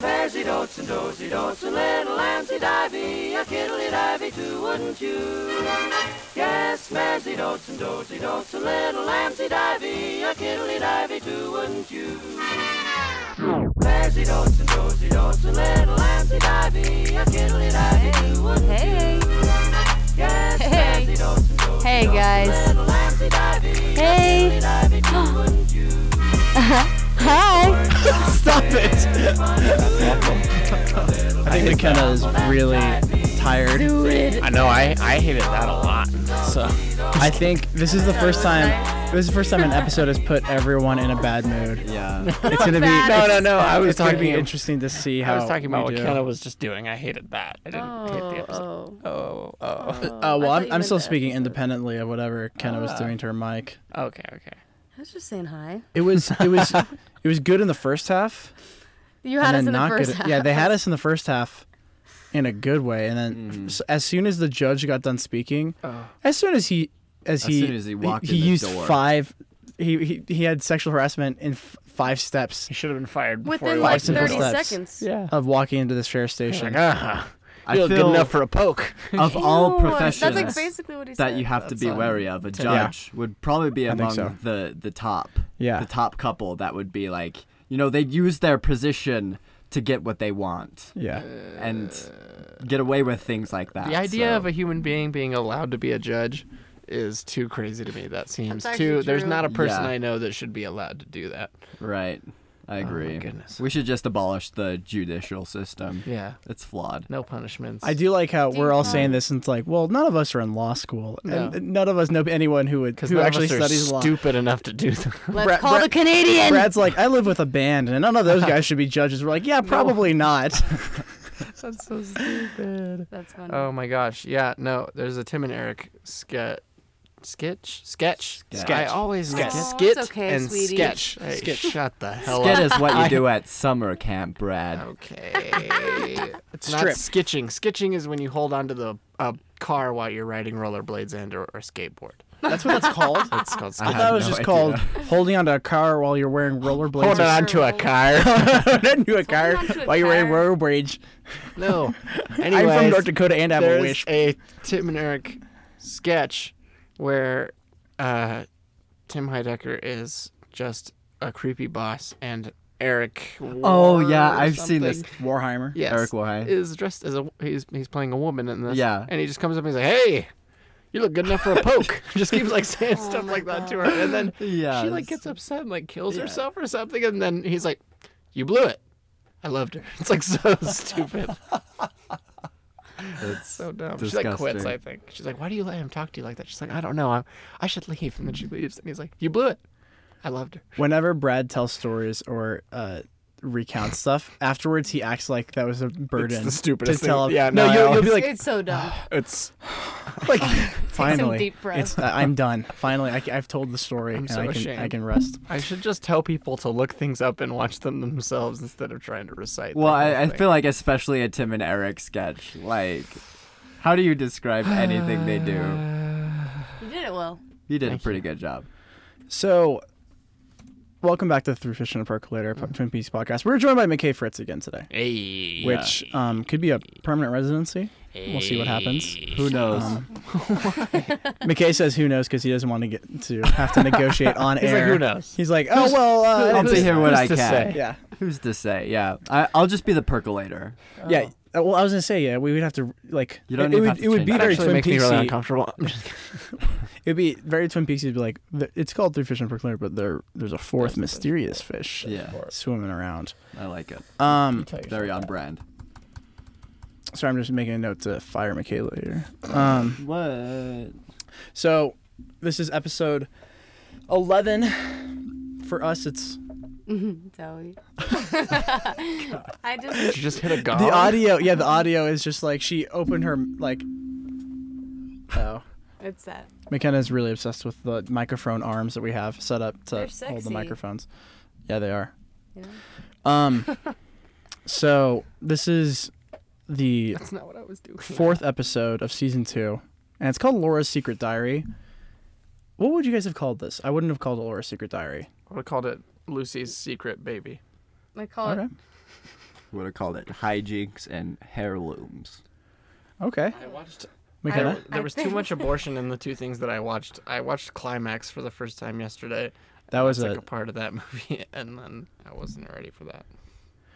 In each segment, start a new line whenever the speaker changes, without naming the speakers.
Daisy dotes and dozy dotes and little Nancy Divey, a kiddly divey too, wouldn't you? Yes, Mazzy dotes and dozy dotes and little Nancy Divey, a kiddly divey too, wouldn't you? Mazzy dotes and dozy dotes and little Nancy Divey, a kiddly divey too, wouldn't you?
Hey.
Yes,
Hey.
Mazzy dotes and dozy
Hey,
dotes and
guys.
little Nancy Divey, a
Hey.
kiddly divey too, wouldn't you?
Hi.
Stop it! I think McKenna is really tired.
Dude.
I know. I I hated that a lot. So
I think this is the first time. This is the first time an episode has put everyone in a bad mood.
Yeah.
It's gonna be.
Bad.
it's-
no, no. I was
it's gonna be
talking.
interesting to see how.
I was talking about
we
what
do.
Kenna was just doing. I hated that. I didn't hate the episode. Oh,
Oh,
oh.
oh.
Uh, well,
I thought
I'm,
you
I'm
meant
still
the
speaking
episode.
independently of whatever Kenna was doing to her mic.
Okay, okay.
I was just saying hi.
It was it was it was good in the first half.
You had
and
us
then
in the
not
first
good.
half.
Yeah, they had us in the first half in a good way, and then
Mm.
s- as soon as the judge got done speaking, as soon as he as
Oh. As
he
soon as he walked
he
in the
used
door.
five. He, he he had sexual harassment in f- five steps
He should have been fired before
within
he
like
walked
watched
in the
30
steps.
door.
seconds.
Yeah.
of walking into this fair station.
Like, ah,
I
you're good
feel
enough for a poke.
of all
Ew,
professions
That's like basically what he
that
said.
you have to be
That's, uh,
wary of, a
yeah.
judge would probably be
think
among
so.
the the top.
Yeah.
The top couple that would be like, you know, they'd use their position to get what they want
oh,
Yeah,
and get away with things like that.
The idea
so-
of a human being being allowed to be a judge is too crazy to me. That seems
That's
too.
actually
There's
true.
not a person
Yeah.
I know that should be allowed to do that.
Right. I agree.
Oh goodness.
We should just abolish the judicial system.
Yeah.
It's flawed.
No punishments.
I do like how
Do
we're
you
all
find-
saying this, and it's like, well, none of us are in law school,
No.
and and none of us know anyone who would
because
who actually
of us are
studies law.
stupid enough to do that.
Let's
Brad-
call
Brad-
the Canadian.
Brad's like, I live with a band, and none of those guys should be judges. We're like, yeah, probably not.
That's so stupid.
That's funny.
Oh my gosh. Yeah. No. There's a Tim and Eric sketch. Sketch, sketch,
Sketch.
I always sketch,
Aw,
skit
it's okay,
and
sweetie.
sketch. Hey, Shut the hell
Skit
up.
is what you do at summer camp,
Oh,
Brad.
Okay. it's not
Strip.
skitching. Skitching is when you hold onto the uh, car while you're riding rollerblades and or, or skateboard.
That's what that's called.
It's called
I
skitching.
thought it was
no
just
idea.
called holding onto a car while you're wearing rollerblades.
Hold
or-
on to a car.
Holding onto a car
onto a
while you're wearing
car.
rollerblades.
no.
I'm
Anyways,
from North Dakota and I have a
there's
wish.
a Tim and Eric sketch where uh, Tim Heidecker is just a creepy boss and Eric.
Oh, yeah,
Warr or
I've seen this.
something,
Warheimer.
Yes,
Eric Warheimer.
is dressed as a he's he's playing a woman in this.
Yeah.
and he just comes up and he's like, "Hey, you look good enough for a poke." just keeps like saying stuff like that to her, and then
Yeah.
she like gets upset and like kills herself or something, and then he's like, "You blew it. I loved her." It's like so stupid.
It's
So dumb. She like quits,
disgusting.
I think. She's like, "Why do you let him talk to you like that?" She's like, "I don't know. I'm, I should leave." And then she leaves, and he's like, "You blew it. I loved her."
Whenever Brad tells stories or uh, recounts stuff, afterwards he acts like that was a burden.
stupidest
to tell
thing.
Him.
Yeah, no, I
you'll, you'll
always-
be like,
it's so dumb.
It's
like finally,
deep breaths.
it's- I- I'm done. Finally, I, have told the story and
so
I can I
ashamed.
can rest.
I should just tell people to look things up and watch them themselves instead of trying to recite. the
Well,
whole
I, I
thing.
feel like especially a Tim and Eric sketch. Like, how do you describe anything they do?
You did it well.
You did a pretty good job.
So, welcome back to the Through Fish and a Percolator po- Twin Peaks podcast. We're joined by McKay Fritz again today,
Hey.
which um, could be a permanent residency. We'll see what happens.
Who knows?
Um, McKay says, "Who knows?" Because he doesn't want to get to have to negotiate on
He's like,
air.
"Who knows?"
He's like, "Oh well, uh, I
I'll
didn't
be
say-
here when
who's
I
to
can.
say?
Yeah,
Who's to say? Yeah, I, I'll just be the percolator.
yeah. Uh, Well, I was gonna say, yeah, we would have to like.
You don't
it, it
even
would,
have to
it would
change
be
That
it.
very
actually
Twin
makes me really
Peaksy.
uncomfortable. I'm just kidding.
It'd be very Twin Peaksy to be like, "The- it's called Three Fish and a Percolator, but there there's a fourth mysterious fish
Yeah,
swimming around.
I like it.
Um,
Very on brand.
sorry, I'm just making a note to fire McKay later. Um.
What?
So, this is episode 11. For us, it's
Zoe. I just
Did you just hit a gong?
the audio. Yeah, the audio is just like she opened her, like. Oh.
it's that.
McKenna is really obsessed with the microphone arms that we have set up to
They're
hold the
sexy.
microphones. Yeah, they are.
You know?
Um, so, this is the
That's not what I was doing.
fourth episode of season two, and it's called Laura's Secret Diary. What would you guys have called this? I wouldn't have called it Laura's Secret Diary.
Uh,
I would have called it Lucy's secret baby.
I call it
would have called it hijinks and heirlooms.
Okay.
I watched.
McKenna?
there, there was too much abortion in the two things that I watched. I watched Climax for the first time yesterday.
That was
That's
a.
like a part of that movie, and then I wasn't ready for that.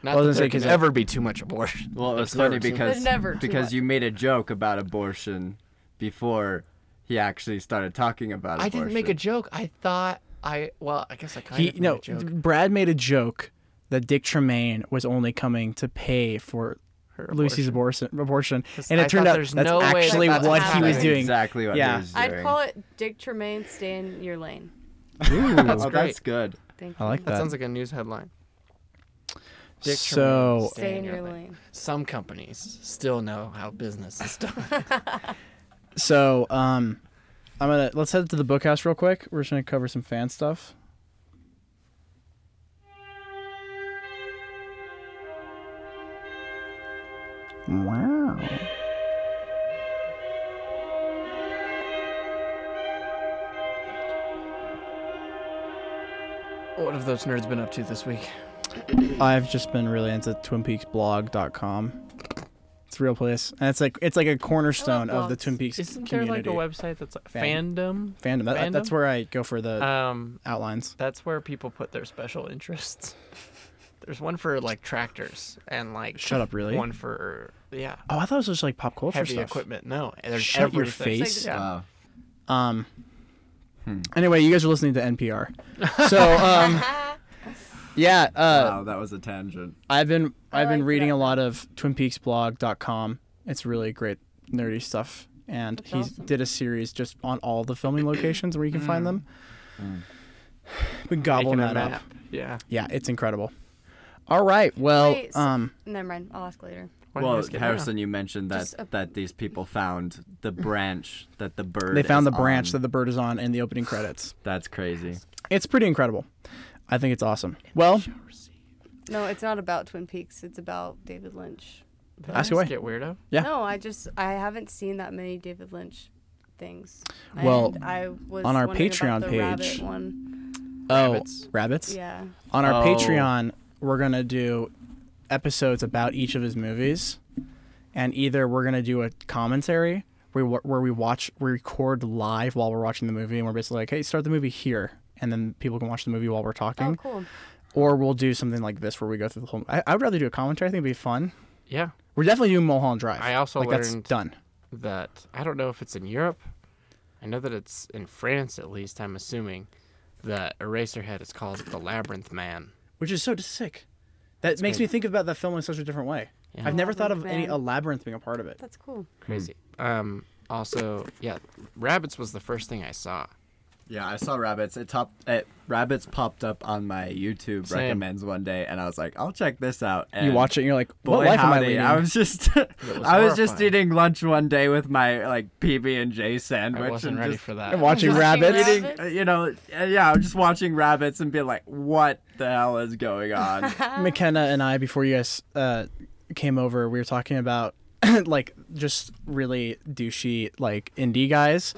Not
I was gonna
that
say,
there can
'cause I-
ever be too much abortion.
Well, it was
There's
funny
never too-
because
There's never too
because
much.
you made a joke about abortion before he actually started talking about
I
abortion.
didn't make a joke. I thought I well, I guess I kind
He
of made
no.
a joke.
Brad made a joke that Dick Tremaine was only coming to pay for
Her
Lucy's abortion, abortion,
'Cause
and it
I
turned
thought
out
there's
that's
no way that
actually
that's
what he
happening.
was
That's
doing.
exactly what
Yeah.
he was doing.
I'd call it Dick Tremaine stay in your lane.
that's,
Oh, great.
that's good.
Thank
I
you.
like
That
that.
sounds like a news headline. Dick Tremaine,
so
Stay in your lane.
Some companies still know how business is done.
so um, I'm gonna let's head to the bookhouse real quick. We're just gonna cover some fan stuff. Wow.
what have those nerds been up to this week?
I've just been really into twinpeaksblog.com. It's a real place, and it's like it's like a cornerstone of the
blogs.
Twin Peaks
Isn't there
community.
like a website that's like
Fan-
fandom?
fandom. That-
fandom?
That's where I go for the
Um,
outlines.
that's where people put their special interests. There's one for like tractors and like
Shut up, really?
one for yeah
Oh, I thought it was just like pop culture
heavy
stuff.
equipment. No, there's
Shut your
everything.
face.
Yeah.
Wow.
Um. Anyway, you guys are listening to NPR, so um, yeah, uh,
wow, that was a tangent.
I've been
I
I've been
like
reading
that.
a lot of TwinPeaksBlog.com. It's really great nerdy stuff, and he
awesome.
did a series just on all the filming locations where you can find them. Been gobbling
Mm. Making a
that up.
map. Yeah.
Yeah, it's incredible. All right, well,
Wait, so-
um,
Never mind. I'll ask later.
Why don't you
well,
just get it now?
Harrison, you mentioned that
Just a-
that these people found the branch that the bird.
they found
is
the branch
on.
that the bird is on in the opening credits.
That's crazy.
It's pretty incredible. I think it's awesome. Well,
No, it's not about Twin Peaks. It's about David Lynch.
Did I
Ask
just
away.
Get weirdo.
Yeah.
No, I just I haven't seen that many David Lynch things.
Well,
and I was
on our
wondering
Patreon
about the
page-
rabbit one.
oh,
Rabbits.
rabbits.
Yeah.
On our
Oh.
Patreon, we're gonna do episodes about each of his movies, and either we're gonna do a commentary where we, where we watch, we record live while we're watching the movie, and we're basically like, "Hey, start the movie here," and then people can watch the movie while we're
Oh,
talking,
cool.
or we'll do something like this where we go through the whole. I, I would rather do a commentary. I think it'd be fun.
Yeah.
We're definitely doing Mulholland Drive.
I also
like
learned-
that's done.
that I don't know if it's in Europe. I know that it's in France at least. I'm assuming that Eraserhead is called the Labyrinth Man.
which is so sick. That makes me think about that film in such a different way.
Yeah.
I've never thought of
Labyrinth
any
Man.
a labyrinth being a part of it.
That's cool.
Crazy.
Hmm.
Um. Also, yeah, rabbits was the first thing I saw.
Yeah, I saw rabbits. It top it, rabbits popped up on my YouTube
Same.
recommends one day, and I was like, I'll check this out. And
You watch it and you're like,
Boy,
what life am I
howdy,
leading?
I was just,
was
I was just
horrifying.
eating lunch one day with my like PB and J
I
sandwich.
wasn't
and
ready
just,
for that.
I'm watching
Watching
rabbits.
rabbits.
uh, You know, uh, yeah, I was just watching rabbits and being like, what the hell is going on?
McKenna and I, before you guys uh, came over, we were talking about like just really douchey like indie guys,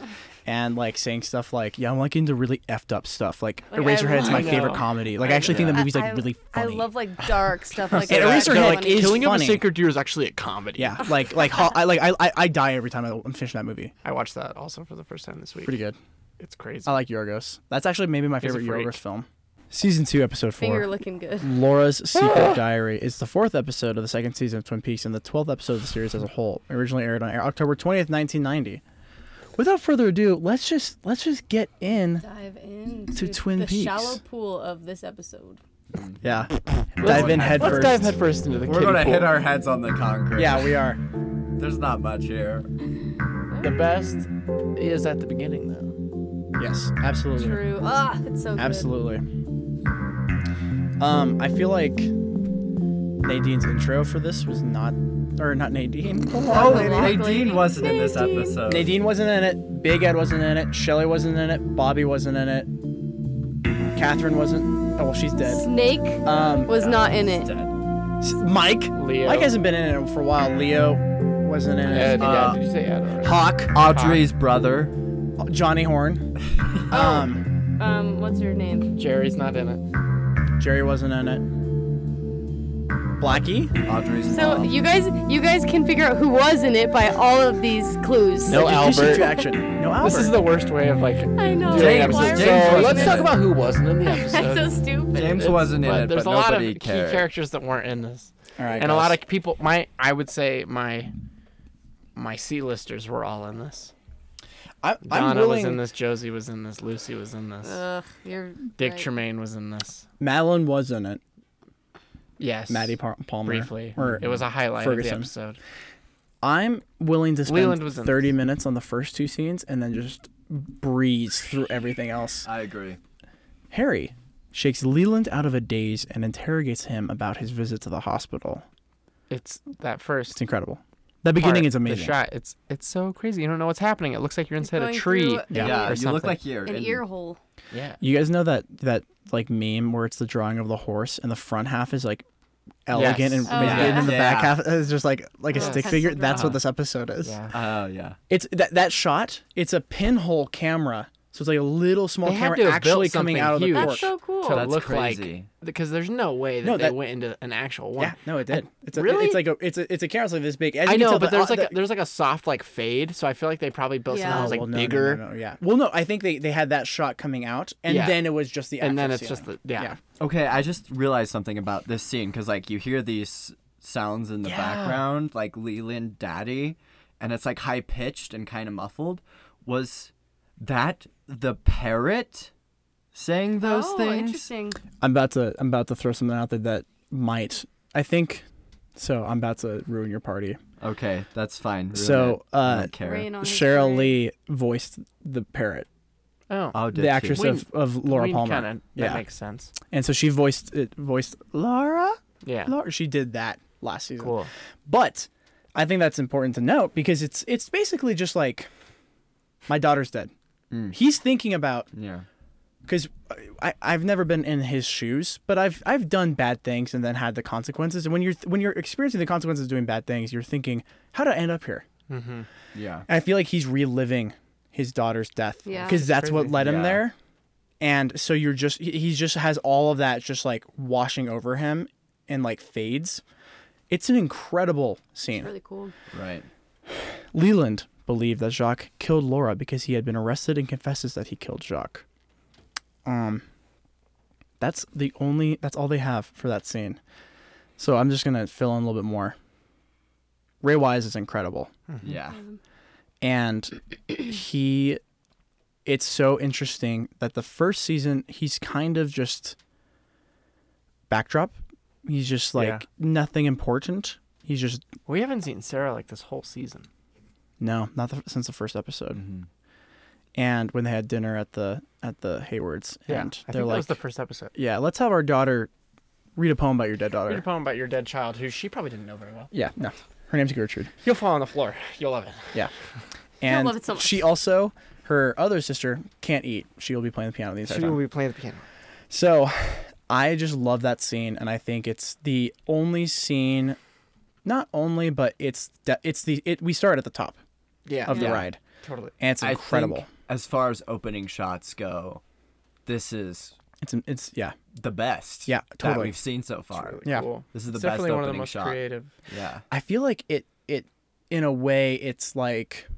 and like saying stuff like, "Yeah, I'm like into really effed up stuff. Like,
Like, I
Eraserhead's
love-
my
I know.
favorite comedy. Like, I actually think the movie's like
I,
really funny.
I love like dark stuff like
Yeah,
that.
Eraserhead,
They're
like, is
Killing of a
funny.
Sacred Deer is actually a comedy.
yeah, like like ho- I like I, I I die every time I'm finishing that movie.
I watched that also for the first time this week.
Pretty good.
It's crazy.
I like Yorgos. That's actually maybe my
He's a
favorite
freak.
Yorgos film. Season two, episode four.
finger Ah! looking good.
Mm. Laura's Secret Diary is the fourth episode of the second season of Twin Peaks and the 12th episode of the series as a whole. Originally aired on air October 20th, 1990. Without further ado, let's just let's just get in.
Dive in
To Twin
the
Peaks.
shallow pool of this episode.
Yeah. dive in head
Let's
first.
dive headfirst into the
We're
kiddie
gonna hit
pool.
our heads on the concrete.
Yeah, we are.
there's not much here.
The best is at the beginning though.
Yes, absolutely.
True. Ah, it's so
Absolutely. Um, I feel like Nadine's intro for this was not or not Nadine.
Oh,
lady.
Nadine wasn't in this episode.
Nadine wasn't in it. Big Ed wasn't in it. Shelly wasn't in it. Bobby wasn't in it. Catherine wasn't. Oh, well, she's
good.
dead.
Snake
Um,
was not in
She's
it.
dead.
s- Mike.
Leo.
Mike hasn't been in it for a while. Leo wasn't in it.
Ed, yeah,
Uh,
did you say Ed already?
Hawk.
Audrey's brother.
Johnny Horn. Um,
Um, what's her name?
Jerry's not in it.
Jerry wasn't in it. Blackie.
Audrey's
So
mom.
you guys, you guys can figure out who was in it by all of these clues.
No
Do
Albert.
subtraction. No Albert.
This is the worst way of like
I know.
doing
James
episodes.
was-
So
James was
let's
in
talk
it.
about who wasn't in the
That's so
episode.
stupid.
James wasn't in
But
it,
there's
but
a lot of
nobody
key
cared.
characters that weren't in this,
All right,
and a
guys.
lot of people. My I would say my my C listers were all in this.
I, I'm
Donna
willing.
was in this. Josie was in this. Lucy was in this.
Ugh, you're
Dick
Uh, right.
Tremaine was in this.
Madeline was in it.
Yes.
Maddie Par- Palmer.
Briefly,
Or
it was a highlight
Ferguson.
of the episode.
I'm willing to
Leland
spend
was in
30 minutes on the first two scenes and then just breeze through everything else.
I agree.
Harry shakes Leland out of a daze and interrogates him about his visit to the hospital.
It's that
It's
first
incredible. That beginning
part,
is amazing.
The shot, it's it's so crazy. You don't know what's happening. It looks like you're inside a
going
tree.
through
Yeah.
an
Yeah,
ear-
you look
something.
like you're
an
in-
ear hole.
Yeah.
You guys know that that like meme where it's the drawing of the horse and the front half is like elegant and
Yes.
Oh,
maybe-
yeah.
and then the back
Yeah.
half is just like like a
Yeah.
stick
Pencil
figure. That's what
drawing.
this episode is.
Yeah.
Oh yeah.
It's that that shot. It's a pinhole camera, so it's like a little small
They had
camera
to have built
actually coming
something
out of the
huge.
porch.
That's so cool.
To
That's
look
crazy.
like because there's no way that
No,
they
that-
went into an actual one.
Yeah, no, it did. It's a,
Really?
It's like a it's a it's a camera it's like this big. As
I
you can
know,
tell,
but
the-
there's
uh,
like a,
the-
there's like a soft like fade, so I feel like they probably built something
Yeah.
that
Oh,
was like
well, no, no, no,
bigger.
no, yeah. Well, no, I think they they had that shot coming out, and
Yeah.
then it was just the
And then
actual
it's just
ceiling.
the- yeah.
Okay, I just realized something about this scene because like you hear these sounds in the background, like Leland Daddy, and it's like high pitched and kind of muffled. Was that the parrot saying those
oh,
things?
interesting.
I'm about to I'm about to throw something out there that might I think. So I'm about to ruin your party.
Okay, that's fine. Ruin
So,
it. I don't
uh,
care.
Rain on his
Cheryl
parade.
Lee voiced the parrot,
Oh,
oh, did
the
she?
actress
We-
of, of Uh, Laura Palmer.
Kinda,
yeah,
That makes sense.
and so she voiced it voiced Laura.
Yeah.
Laura, she did that last season.
Cool.
But I think that's important to note because it's it's basically just like my daughter's dead.
Mm.
He's thinking about
Yeah.
because I I've never been in his shoes, but I've I've done bad things and then had the consequences. And when you're when you're experiencing the consequences of doing bad things, you're thinking, how did I end up here?
Yeah.
And I feel like he's reliving his daughter's death
Yeah.
because that's what led him
Yeah.
there. And so you're just he he just has all of that just like washing over him and like fades. It's an incredible scene.
Really cool.
Right.
Leland believed that Jacques killed Laura because he had been arrested and confesses that he killed Jacques. Um that's the only that's all they have for that scene. So I'm just going to fill in a little bit more. Ray Wise is incredible
Yeah.
Um,
and he it's so interesting that the first season he's kind of just backdrop. He's just like
Yeah.
nothing important. He's just
We haven't seen Sarah like this whole season.
no, not the, since the first episode.
Mm-hmm.
And when they had dinner at the at the Haywards, and
I think
they're
that
like,
was the first episode.
"Yeah, let's have our daughter read a poem about your dead daughter."
Read a poem about your dead child, who she probably didn't know very well.
Yeah, no, her name's Gertrude.
You'll fall on the floor. You'll love it.
Yeah, and
love it so much.
she also her other sister can't eat. She will be playing the piano the entire
She
time.
will be playing the piano.
So I just love that scene and I think it's the only scene not only but it's de- it's the it we start at the top
Yeah.
of the ride
Totally.
and it's
I
incredible.
think as far as opening shots go, this is
It's it's yeah.
the best.
Yeah,
That
totally.
we've seen so far.
Yeah.
Cool.
This is the
It's
best
definitely one of the
opening
most
shot.
creative.
Yeah.
I feel like it it in a way it's like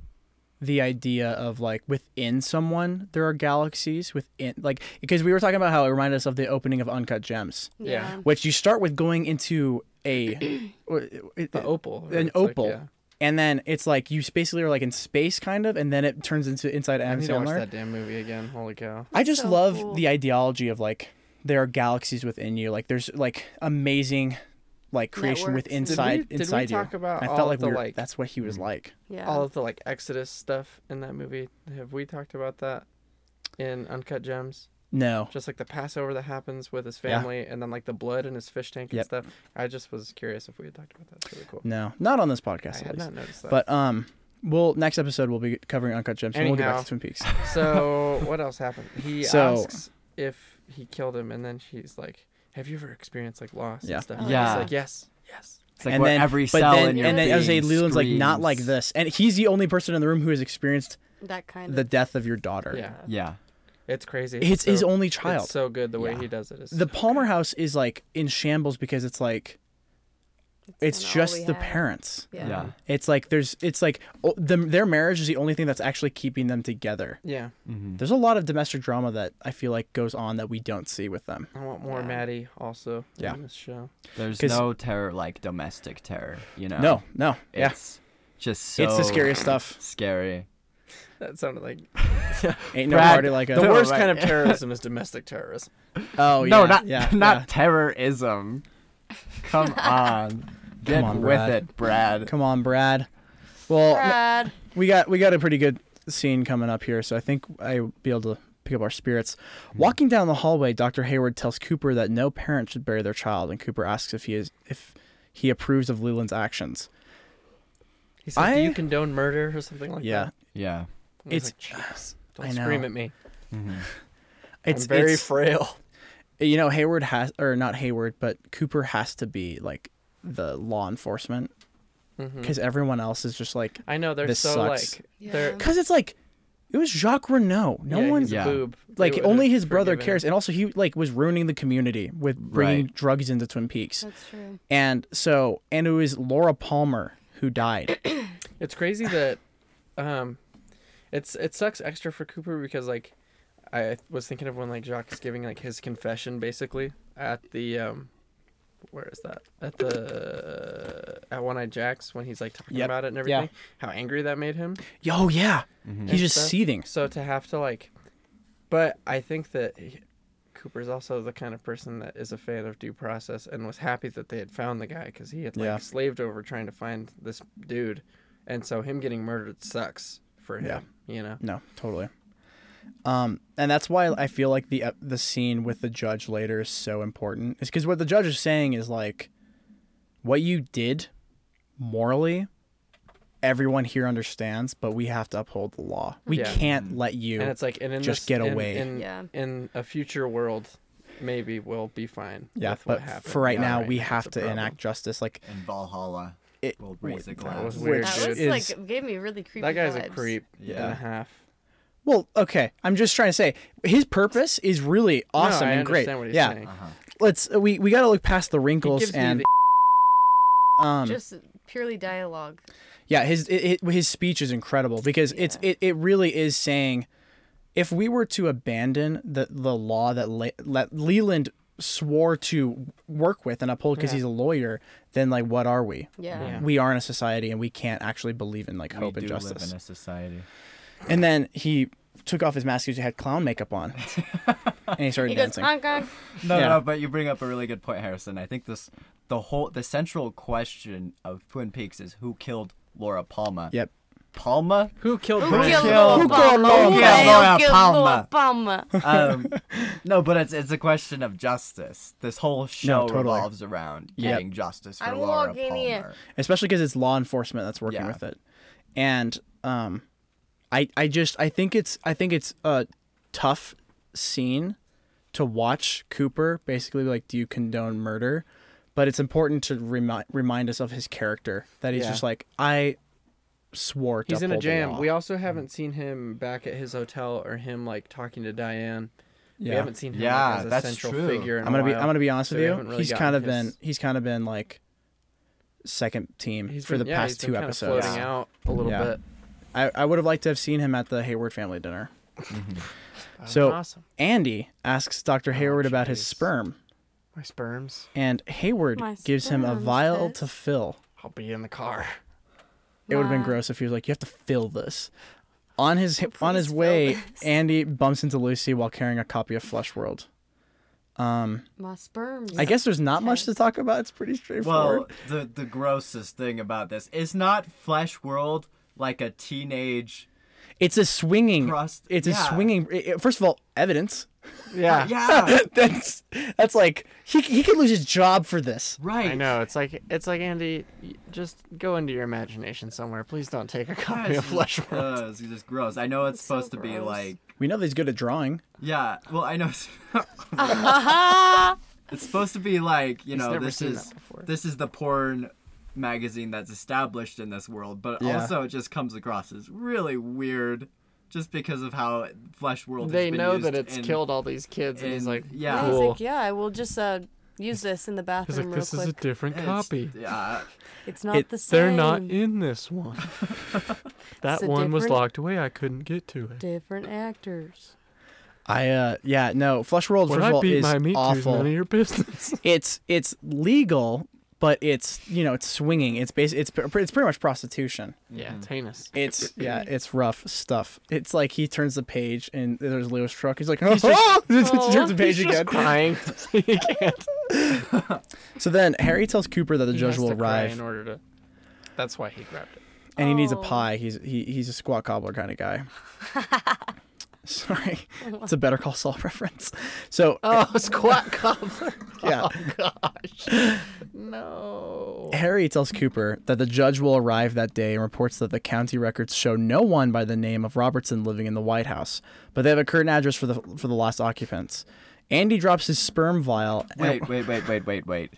the idea of like within someone there are galaxies within like because we were talking about how it reminded us of the opening of Uncut Gems
Yeah.
Yeah.
which you start with going into a
The opal.
an
It's like,
opal.
yeah.
And then it's like you basically are like in space, kind of, and then it turns into Inside
I
Adam
need to watch
Sandler.
that damn movie again. Holy cow.
I just
so
love
cool.
the ideology of like there are galaxies within you. Like there's like amazing like creation
Networks
with
and-
Did we-
inside
did we
inside you.
talk about
I
all
felt
of
like,
the,
we were,
like- Hmm.
that's what he was like.
Yeah.
all of the like Exodus stuff in that movie. Have we talked about that in Uncut Gems?
No.
Just like the Passover that happens with his
Yeah.
family, and then like the blood in his fish tank and
Yep.
stuff. I just was curious if we had talked about that. It's really cool.
No. Not on this
I
podcast at
had
least.
not noticed that.
But um we'll next episode we'll be covering Uncut Gems and we'll get back
Anyhow.
to Twin Peaks.
so what else happened? He
So-
asks if he killed him, and then she's like, "Have you ever experienced like loss
Yeah.
and stuff?"
Oh,
And
yeah.
He's like, "Yes, yes."
It's like
and
where
then
every
but
cell in
then
your
and then I was
being
say Leland's like not like
screams.
this. And he's the only person in the room who has experienced
that kind
the
of.
death of your daughter.
Yeah,
Yeah.
it's crazy.
It's
so,
his only child.
It's so good the way
Yeah.
he does it. Is
the Palmer house is like in shambles because it's like It's
kinda all we
just the
have.
parents.
Yeah.
yeah.
It's like there's it's like oh, the, their marriage is the only thing that's actually keeping them together.
Yeah.
There's a lot of domestic drama that I feel like goes on that we don't see with them.
I want more Maddie also
Yeah.
on this show.
There's
'Cause-
no terror like domestic terror, you know?
No, no, yeah,
It's just so
it's the scariest stuff.
Scary.
That sounded like
Ain't no
Brad,
party like a
the worst
right.
kind of terrorism is domestic terrorism.
Oh yeah,
no, not
yeah,
not
yeah.
terrorism. Come on. Get
on,
with
Brad.
it, Brad.
Come on, Brad. Well,
Brad.
we got we got a pretty good scene coming up here, so I think I'll be able to pick up our spirits.
Hmm.
Walking down the hallway, Dr. Hayward tells Cooper that no parent should bury their child, and Cooper asks if he is if he approves of Leland's actions.
He says,
I-
"Do you condone murder or something like
Yeah,
that?"
Yeah.
I was
It's-
like, "Jeez,
I
don't scream
know.
at me.
it's
I'm very
it's,
frail.
you know Hayward has or not Hayward, but Cooper has to be like the law enforcement
Mm-hmm.
because everyone else is just like
I know they're
This
so
sucks.
like they're
because it's like it was Jacques Renault. No
yeah,
one's
he's a
Yeah.
boob. They
like
would've
only his brother
forgiven him.
cares and also he like was ruining the community with bringing
Right.
drugs into twin peaks
That's true.
and so and it was laura palmer who died
It's crazy that um it's it sucks extra for Cooper because like I was thinking of when like Jacques is giving like his confession basically at the um where is that? At the at One Eyed Jack's when he's like talking
Yep.
about it and
Yeah.
everything. How angry that made him.
yo Oh, yeah he's just
stuff.
seething
So to have to like but I think that he- Cooper's also the kind of person that is a fan of due process and was happy that they had found the guy because he had like
Yeah.
slaved over trying to find this dude, and so him getting murdered sucks for him. You know.
no totally um and that's why i feel like the ep- the scene with the judge later is so important is because what the judge is saying is like what you did morally everyone here understands but we have to uphold the law we
Yeah.
can't let you
And it's like and in
Just
this-
get
in-
away.
In,
Yeah.
in a future world, maybe we'll be fine.
yeah
with what
but
happened.
for right
Yeah,
now we
it's
have
a
to
problem.
enact justice like
And Valhalla
It-
will raise a
that
glass.
was weird.
That
Which
was
is-
like gave me really creepy.
That guy's a
vibes.
creep and
Yeah.
a half.
Well, okay. I'm just trying to say his purpose is really awesome
no, I
and great.
understand What he's
yeah.
saying.
Uh-huh.
Let's uh, we we got to look past the
He
wrinkles
gives me
and
the
um
Just purely dialogue.
yeah, his it, it, his speech is incredible because it's it, it really is saying if we were to abandon the the law that Le- let Leland swore to work with and uphold because
Yeah.
he's a lawyer, then like what are we?
Yeah.
Yeah.
We are in a society and we can't actually believe in like
We
hope
do
and
live
justice.
in a society.
and then he took off his mask because he had clown makeup on, and he started
He goes,
dancing.
honk, honk.
No,
Yeah.
no, but you bring up a really good point, Harrison. I think this the whole the central question of Twin Peaks is who killed Laura Palma.
yep.
Palma?
Who killed
Who
Brian?
killed
killed
Lil
Obama?
Obama? Who
Who killed
killed
Obama?
Lil Obama?
Um, no, but it's it's a question of justice. This whole show
totally.
revolves around getting justice for
I'm
Laura
walking
Palmer.
here.
especially because it's law enforcement that's working
Yeah.
with it and um i i just i think it's i think it's a tough scene to watch cooper basically like do you condone murder but it's important to remind remind us of his character that he's
Yeah.
just like i swore to
He's in a
uphold the
jam.
law."
We also
Mm.
haven't seen him back at his hotel or him like talking to Diane. We
Yeah.
haven't seen him like,
Yeah,
as a
that's
central
true.
figure. In
i'm gonna
a
be
while.
i'm gonna be honest
so
with
we
you
haven't really
he's
gotten
kind of been
his-
he's kind of been like second team
He's
for
been-
the
yeah,
past
he's been
two
kinda
episodes
Floating out a little
Yeah.
bit.
I, I would have liked to have seen him at the Hayward family dinner.
Mm-hmm.
So
awesome.
Andy asks Dr.
Oh,
Hayward about his sperm,
My sperms.
and Hayward
My
gives him a
sperm's
vial
this.
to fill.
I'll be in the car.
It would have been
My-
gross if he was like, "You have to fill this." On his on his way, Andy bumps into Lucy while carrying a copy of Flush World.
My sperm.
I guess there's not much to talk about. It's pretty straightforward.
Well, the the grossest thing about this is not Flesh World like a teenage.
it's a swinging.
Crust-
It's
yeah.
a swinging. i i- first of all, evidence.
Yeah.
Yeah,
that's that's like he he could lose his job for this.
right.
I know. It's like it's like Andy. y- Just go into your imagination somewhere. Please don't take a
Yeah,
copy
it's
of Flesh
just-
World.
uh, it's just gross. I know it's,
so
supposed to be
gross.
like
We know that he's good at drawing.
yeah. Well, I know. It's, it's supposed to be like you know
never
this
seen
is
that before.
this is the porn magazine that's established in this world, but
Yeah.
also it just comes across as really weird, just because of how Flesh World. has
They
been
know
used
that it's
in-
killed all these kids, and he's
in-
like,
yeah.
cool.
He's like, yeah, I will just uh,
Use this in the
He's
bathroom
like, this
real
is a
quick.
different
It's-
copy.
Yeah.
it's not
it-
the same.
They're not in this one. that
a
one was
different-
locked away. I couldn't get to it.
different actors.
I uh yeah no Flush World
When
first of
I
all
beat
is
my meat to is
awful.
none of your business.
it's it's legal, but it's you know it's swinging. It's basi- it's pr- it's pretty much prostitution.
yeah, it's heinous.
It's yeah it's rough stuff. It's like he turns the page and there's Leo's truck. He's like
Oh.
turns the page
He's just
again.
crying. he can't.
So then Harry tells Cooper that the
He
judge
has
will
to cry
arrive
in order to. That's why he grabbed it.
and he needs a
Oh.
pie. He's he, he's a squat cobbler kind of guy. Sorry, it's a Better Call Saul reference. So
Oh, squat cobbler.
yeah.
Gosh. No.
Harry tells Cooper that the judge will arrive that day and reports that the county records show no one by the name of Robertson living in the White House, but they have a current address for the for the last occupants. Andy drops his sperm vial. and-
Wait, wait, wait, wait, wait, wait.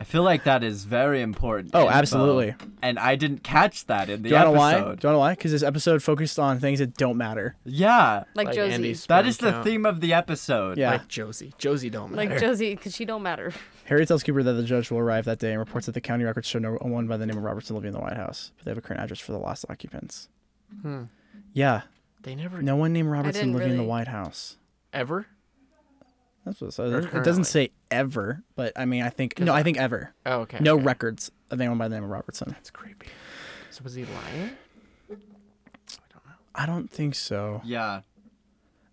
I feel like that is very important.
Oh,
info,
absolutely.
And I didn't catch that in the
do you want to know why? Do you want
episode.
to know why? Because this episode focused on things that don't matter.
Yeah.
Like, Josie.
That is the theme of the episode.
Yeah.
Like Josie. Josie don't matter.
Like Josie, because she don't matter.
Harry tells Cooper that the judge will arrive that day and reports that the county records show no one by the name of Robertson living in the White House, but they have a current address for the last occupants.
Hmm.
Yeah,
They never
no one named Robertson
didn't
living in the
really-
White House.
ever.
That's what it says. It
currently.
doesn't say ever, but I mean, I think no, I think ever.
Oh, okay.
No
okay.
records of anyone by the name of Robertson.
That's creepy. So was he lying?
I don't think so.
Yeah.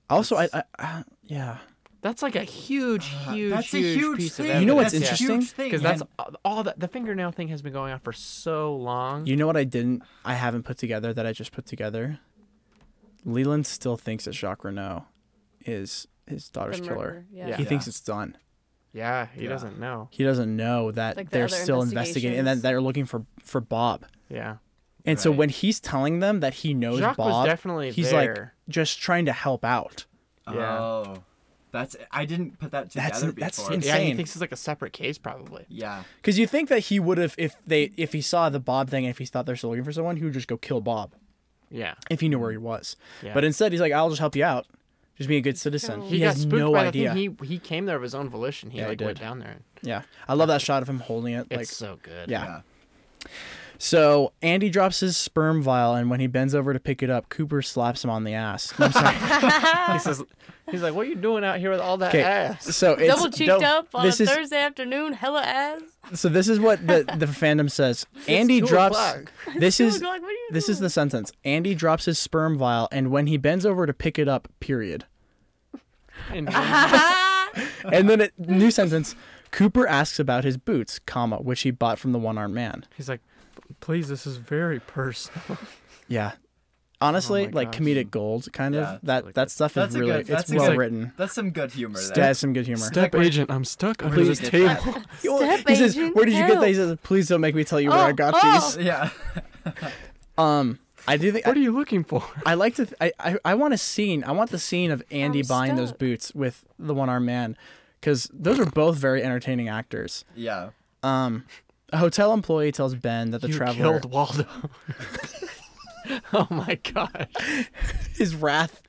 Also, I, I, I yeah,
That's like a huge,
Uh,
huge,
That's a
huge,
huge
piece of
thing.
evidence.
You know what's
That's a huge
interesting?
thing,
Because that's
and-
all- all that the fingernail thing has been going on for so long.
you know what I didn't, I haven't put together that I just put together. Leland still thinks that Jacques Renault is his daughter's
The
killer.
murderer, yeah.
He
Yeah.
thinks it's done.
yeah, he
Yeah.
doesn't know.
He doesn't know that
Like the
they're
other
still investigating and that
investigations.
they're looking for for Bob.
Yeah.
And so
Right.
when he's telling them that he knows
Jacques was
Bob,
definitely
he's like
there.
just trying to help out.
Yeah.
Oh. That's I didn't put that
That's-
together
that's
before.
ins-
Yeah, he
Insane.
thinks it's like a separate case probably.
yeah.
Because you think that he would have if they if he saw the Bob thing and if he thought they're still looking for someone, he would just go kill Bob
Yeah.
if he knew where he was.
Yeah.
But instead, he's like, "I'll just help you out. Just be a good citizen." He,
got
has
spooked
no
by the
idea.
Thing. He he came there of his own volition. He
Yeah, he
like went
did.
down there. And
Yeah, I love that shot of him holding it.
it's
Like,
so good.
yeah.
Yeah.
So Andy drops his sperm vial, and when he bends over to pick it up, Cooper slaps him on the ass. I'm sorry.
He says, he's like, what are you doing out here with all that
'Kay.
ass?
so it's
Double cheeked
dope.
up on a
this is
Thursday afternoon, hella ass.
so. This is what the the fandom says. Andy
two
drops.
o'clock.
This
Dude,
is
like, what are you
this is
doing?
the sentence. Andy drops his sperm vial, and when he bends over to pick it up, period.
And
And then it, new sentence. Cooper asks about his boots, comma, which he bought from the one-armed man.
he's like, please, this is very personal.
Yeah. Honestly,
my
like
gosh.
comedic gold, kind
Oh Yeah,
of.
it's
That
really
that stuff
That's
is
a
really
good that's
it's
a
well
good-
writens.
That's some good humor
It
there.
has some good humor.
Step
Like, where-
agent, I'm stuck under
did
this
you get
table.
that?
Step
he says,
agent,
"Where did you get
help."
these?" He says, Please don't make me tell you where
Oh,
I got
oh.
Yeah.
these. Um, I do think
What are
I,
you looking for?
I like to. Th- I, I I want a scene. I want the scene of Andy
I'm
buying those
stuck.
boots with the one-armed man, because those are both very entertaining actors.
Yeah.
Um, a hotel employee tells Ben that the
you
traveler
killed Waldo. oh my gosh.
his wrath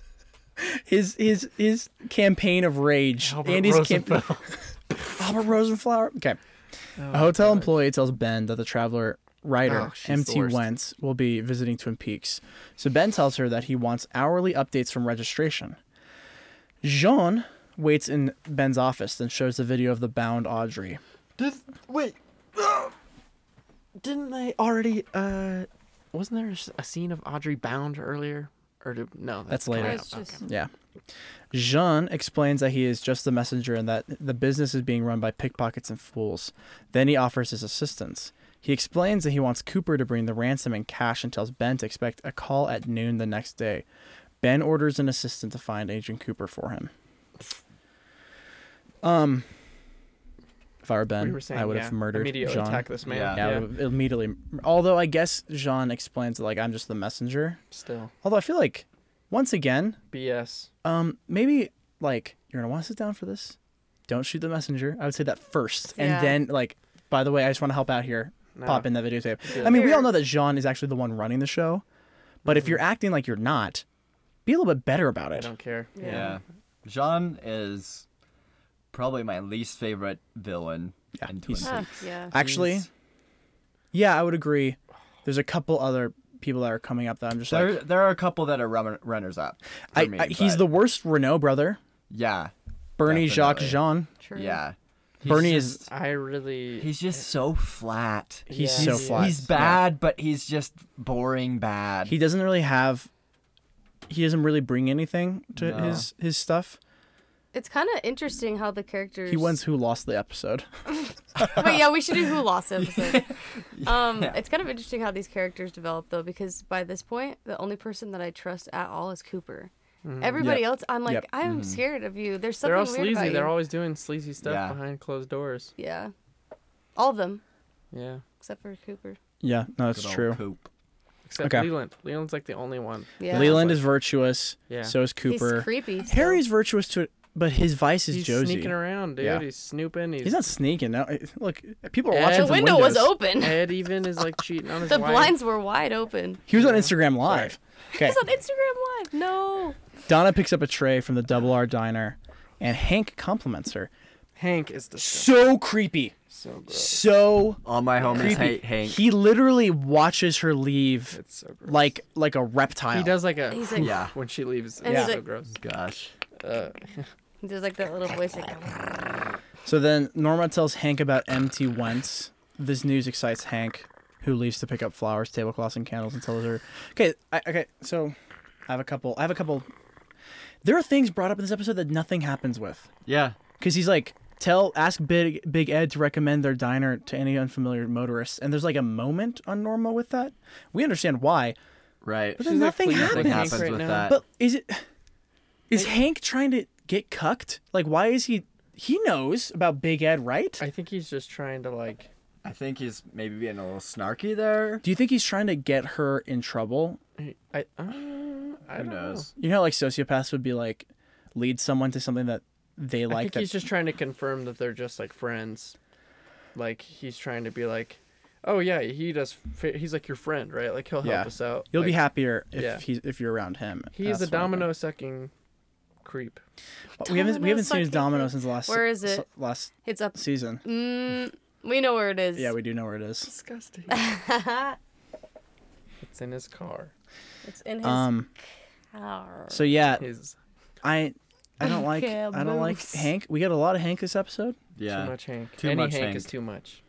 his his his campaign of rage
Albert
andy's
Rosenfeld.
campaign albert rosenflower okay a hotel employee tells ben that the traveler writer
Oh, she's the
mt
worst.
wentz will be visiting twin peaks so ben tells her that he wants hourly updates from registration jean waits in ben's office then shows the video of the bound audrey
Did, wait. Didn't they already? uh Wasn't there a s- a scene of Audrey bound earlier? Or did, no,
That's later.
coming
That's
up.
just-
yeah Jean explains that he is just the messenger and that the business is being run by pickpockets and fools. Then he offers his assistance. He explains that he wants Cooper to bring the ransom and cash and tells Ben to expect a call at noon the next day. Ben orders an assistant to find Agent Cooper for him. Um, if I were Ben,
We were saying,
I would
yeah,
have murdered
immediate
Jean.
attack this man.
Yeah.
yeah, I would have immediately. Although I guess Jean explains that like I'm just the messenger.
Still,
Although I feel like, once again,
BS.
um, maybe like you're gonna want to sit down for this. Don't shoot the messenger. I would say that first,
Yeah.
and then like, by the way, I just want to help out here.
No.
Pop in that videotape. I mean, we
Here.
all know that Jean is actually the one running the show, but
Mm-hmm.
if you're acting like you're not, be a little bit better about
I
it.
don't care.
Yeah. Jean is probably my least favorite villain.
Yeah,
in Twin
he's-
Peaks.
Ah, yeah.
Actually, yeah, I would agree. There's a couple other people that are coming up that I'm just
There,
like,
there are a couple that are runner- runners up. for
I,
me,
I, he's
but
the worst Renault brother.
yeah,
Bernie Jacques
Definitely.
Jean.
True.
yeah.
Bernie
He's
is-
just- I really.
He's just so flat.
He's
Yeah.
so
He's-
flat.
He's bad, but he's just boring bad.
He doesn't really have. He doesn't really bring anything to
No.
his his stuff.
It's kind of interesting how the characters.
He wins who lost the episode.
but yeah, we should do Who Lost episode. Um,
Yeah.
it's kind of interesting how these characters develop though, because by this point, the only person that I trust at all is Cooper. Everybody
Yep.
else, I'm like,
Yep. Mm-hmm.
I'm scared of you. There's something
They're all
weird about
sleazy.
you.
They're always doing sleazy stuff
Yeah.
behind closed doors.
Yeah, all of them
Yeah.
except for Cooper.
Yeah, no, that's
Good old
true.
Coop.
Except
Okay.
Leland. Leland's like the only one.
Yeah,
Leland is virtuous.
Yeah.
So is Cooper.
He's creepy. still.
Harry's virtuous to, but his vice is
he's
Josie.
sneaking around, dude.
Yeah.
He's snooping. He's,
He's not sneaking. No, I- look, people are
Yeah.
watching
The
from
window was
windows.
open.
Ed even is like cheating on his
The
wife.
blinds were wide open.
He was on Instagram Live. Okay,
It's on Instagram Live. No.
Donna picks up a tray from the Double R Diner, and Hank compliments her.
Hank is the
So creepy.
so gross.
So
All my homies
creepy.
hate Hank.
He literally watches her leave
It's so gross.
like like a reptile.
he does like a
He's like,
yeah.
when she leaves.
And
It's
he's
so
like-
gross.
Gosh.
Uh,
there's like that little voice like,
So then Norma tells Hank about MT Wentz. This news excites Hank, who leaves to pick up flowers, tablecloths, and candles, and tells her, "Okay, I, okay, so I have a couple. I have a couple. There are things brought up in this episode that nothing happens with,
Yeah.
because he's like." Tell ask Big Big Ed to recommend their diner to any unfamiliar motorists, and there's like a moment on Norma with that. We understand why,
Right.
but then nothing
"Please,
happens.
Nothing
Hank
happens
right
with
now.
that.
But is it is Hank trying to get cucked? Like why is he he knows about Big Ed, right?
I think he's just trying to like.
I think he's maybe being a little snarky there.
Do you think he's trying to get her in trouble?
I um,
Who
I don't know.
knows?
You know, how, like sociopaths would be like lead someone to something that they
I
like.
think
That
he's just trying to confirm that they're just like friends. Like he's trying to be like, oh yeah, he does. Fa- he's like your friend, right? Like he'll
Yeah.
help us out.
you'll be
Like,
happier if
yeah.
he's if you're around him.
He's a
That's what I think.
domino sucking creep.
We haven't we haven't seen his
Domino
domino
sucking.
since the last.
Where is
s-
it?
Last
it's up.
season.
Mm, we know where it is.
Yeah, we do know where it is.
Disgusting.
it's
it's in his car.
in his
Um.
car.
So yeah,
His
I I don't like
Okay,
I don't like
moves.
Hank. We got a lot of Hank this episode.
Yeah.
too much Hank.
Too
Any
much
Hank, is
Hank.
too much.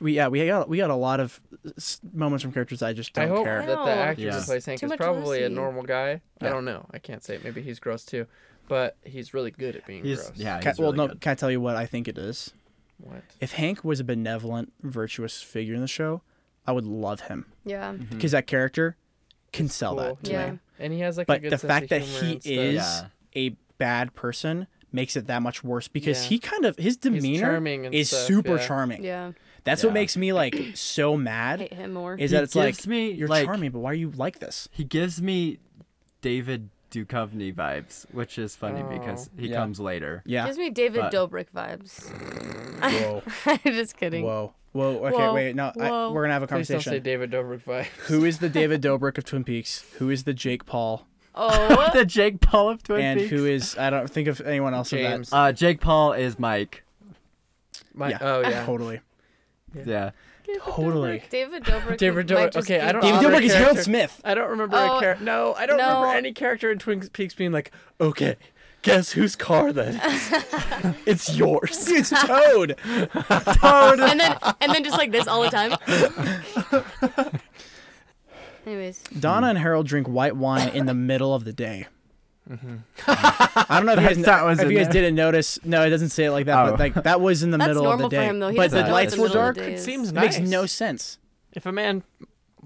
We yeah we got we got a lot of s- moments from characters I just don't
I hope
care.
that the
No.
actor
Yeah.
who plays Hank
Too
is
much
probably a
Lucy.
normal guy.
Yeah.
I don't know. I can't say it. Maybe he's gross too, but he's really good at being
He's
gross.
yeah.
Ca-
He's
well,
really
no,
good.
can I tell you what I think it is?
What?
If Hank was a benevolent, virtuous figure in the show, I would love him
yeah.
Mm-hmm.
because that character can sell that to
Yeah.
me.
And he has like a
But
good
the
sense
fact
of
that
humor
he
and stuff.
is
Yeah.
a bad person makes it that much worse because
Yeah.
he kind of his demeanor
charming and
is
stuff,
super
yeah.
charming.
Yeah.
That's what
Yeah.
makes me like so mad
Hate him more.
is
He
that it's like
gives me,
you're
like-
charming, but why are you like this?
He gives me David Duchovny vibes, which is funny because he
Yeah.
comes later.
Oh. Yeah.
Gives me David
But-
Dobrik vibes.
Whoa.
Just kidding.
Whoa. Whoa. Okay.
Whoa.
Wait. No. I,
Whoa.
we're gonna have a
Please don't say
conversation.
David Dobrik vibes.
Who is the David Dobrik of Twin Peaks? Who is the Jake Paul?
Oh.
The Jake Paul of Twin
and
Peaks.
who is I don't think of anyone else of that.
James?
Uh, Jake Paul is Mike.
My,
Uh, yeah.
Oh yeah.
Totally.
Yeah.
Totally.
David Dobrik.
David
might
Dobrik-
just
okay,
be
I don't-
David
Other
Dobrik is Harold
character.
Smith.
I don't remember
Oh,
a character. No, I don't remember
no.
any character in Twin Peaks being like, okay, guess whose car that is? it's yours.
It's Toad. Toad.
and then and then just like this all the time. Anyways,
Donna and Harold drink white wine in the middle of the day. I don't know if you guys,
That was
if
in
you guys
there.
didn't notice. No, it doesn't say it like that.
Oh.
But like that was in the
that's
middle of the
normal for
day.
him though. He
but
doesn't
the
know what
lights
the
were
middle of
dark.
the
It
day is.
seems
It
nice.
makes no sense.
If a man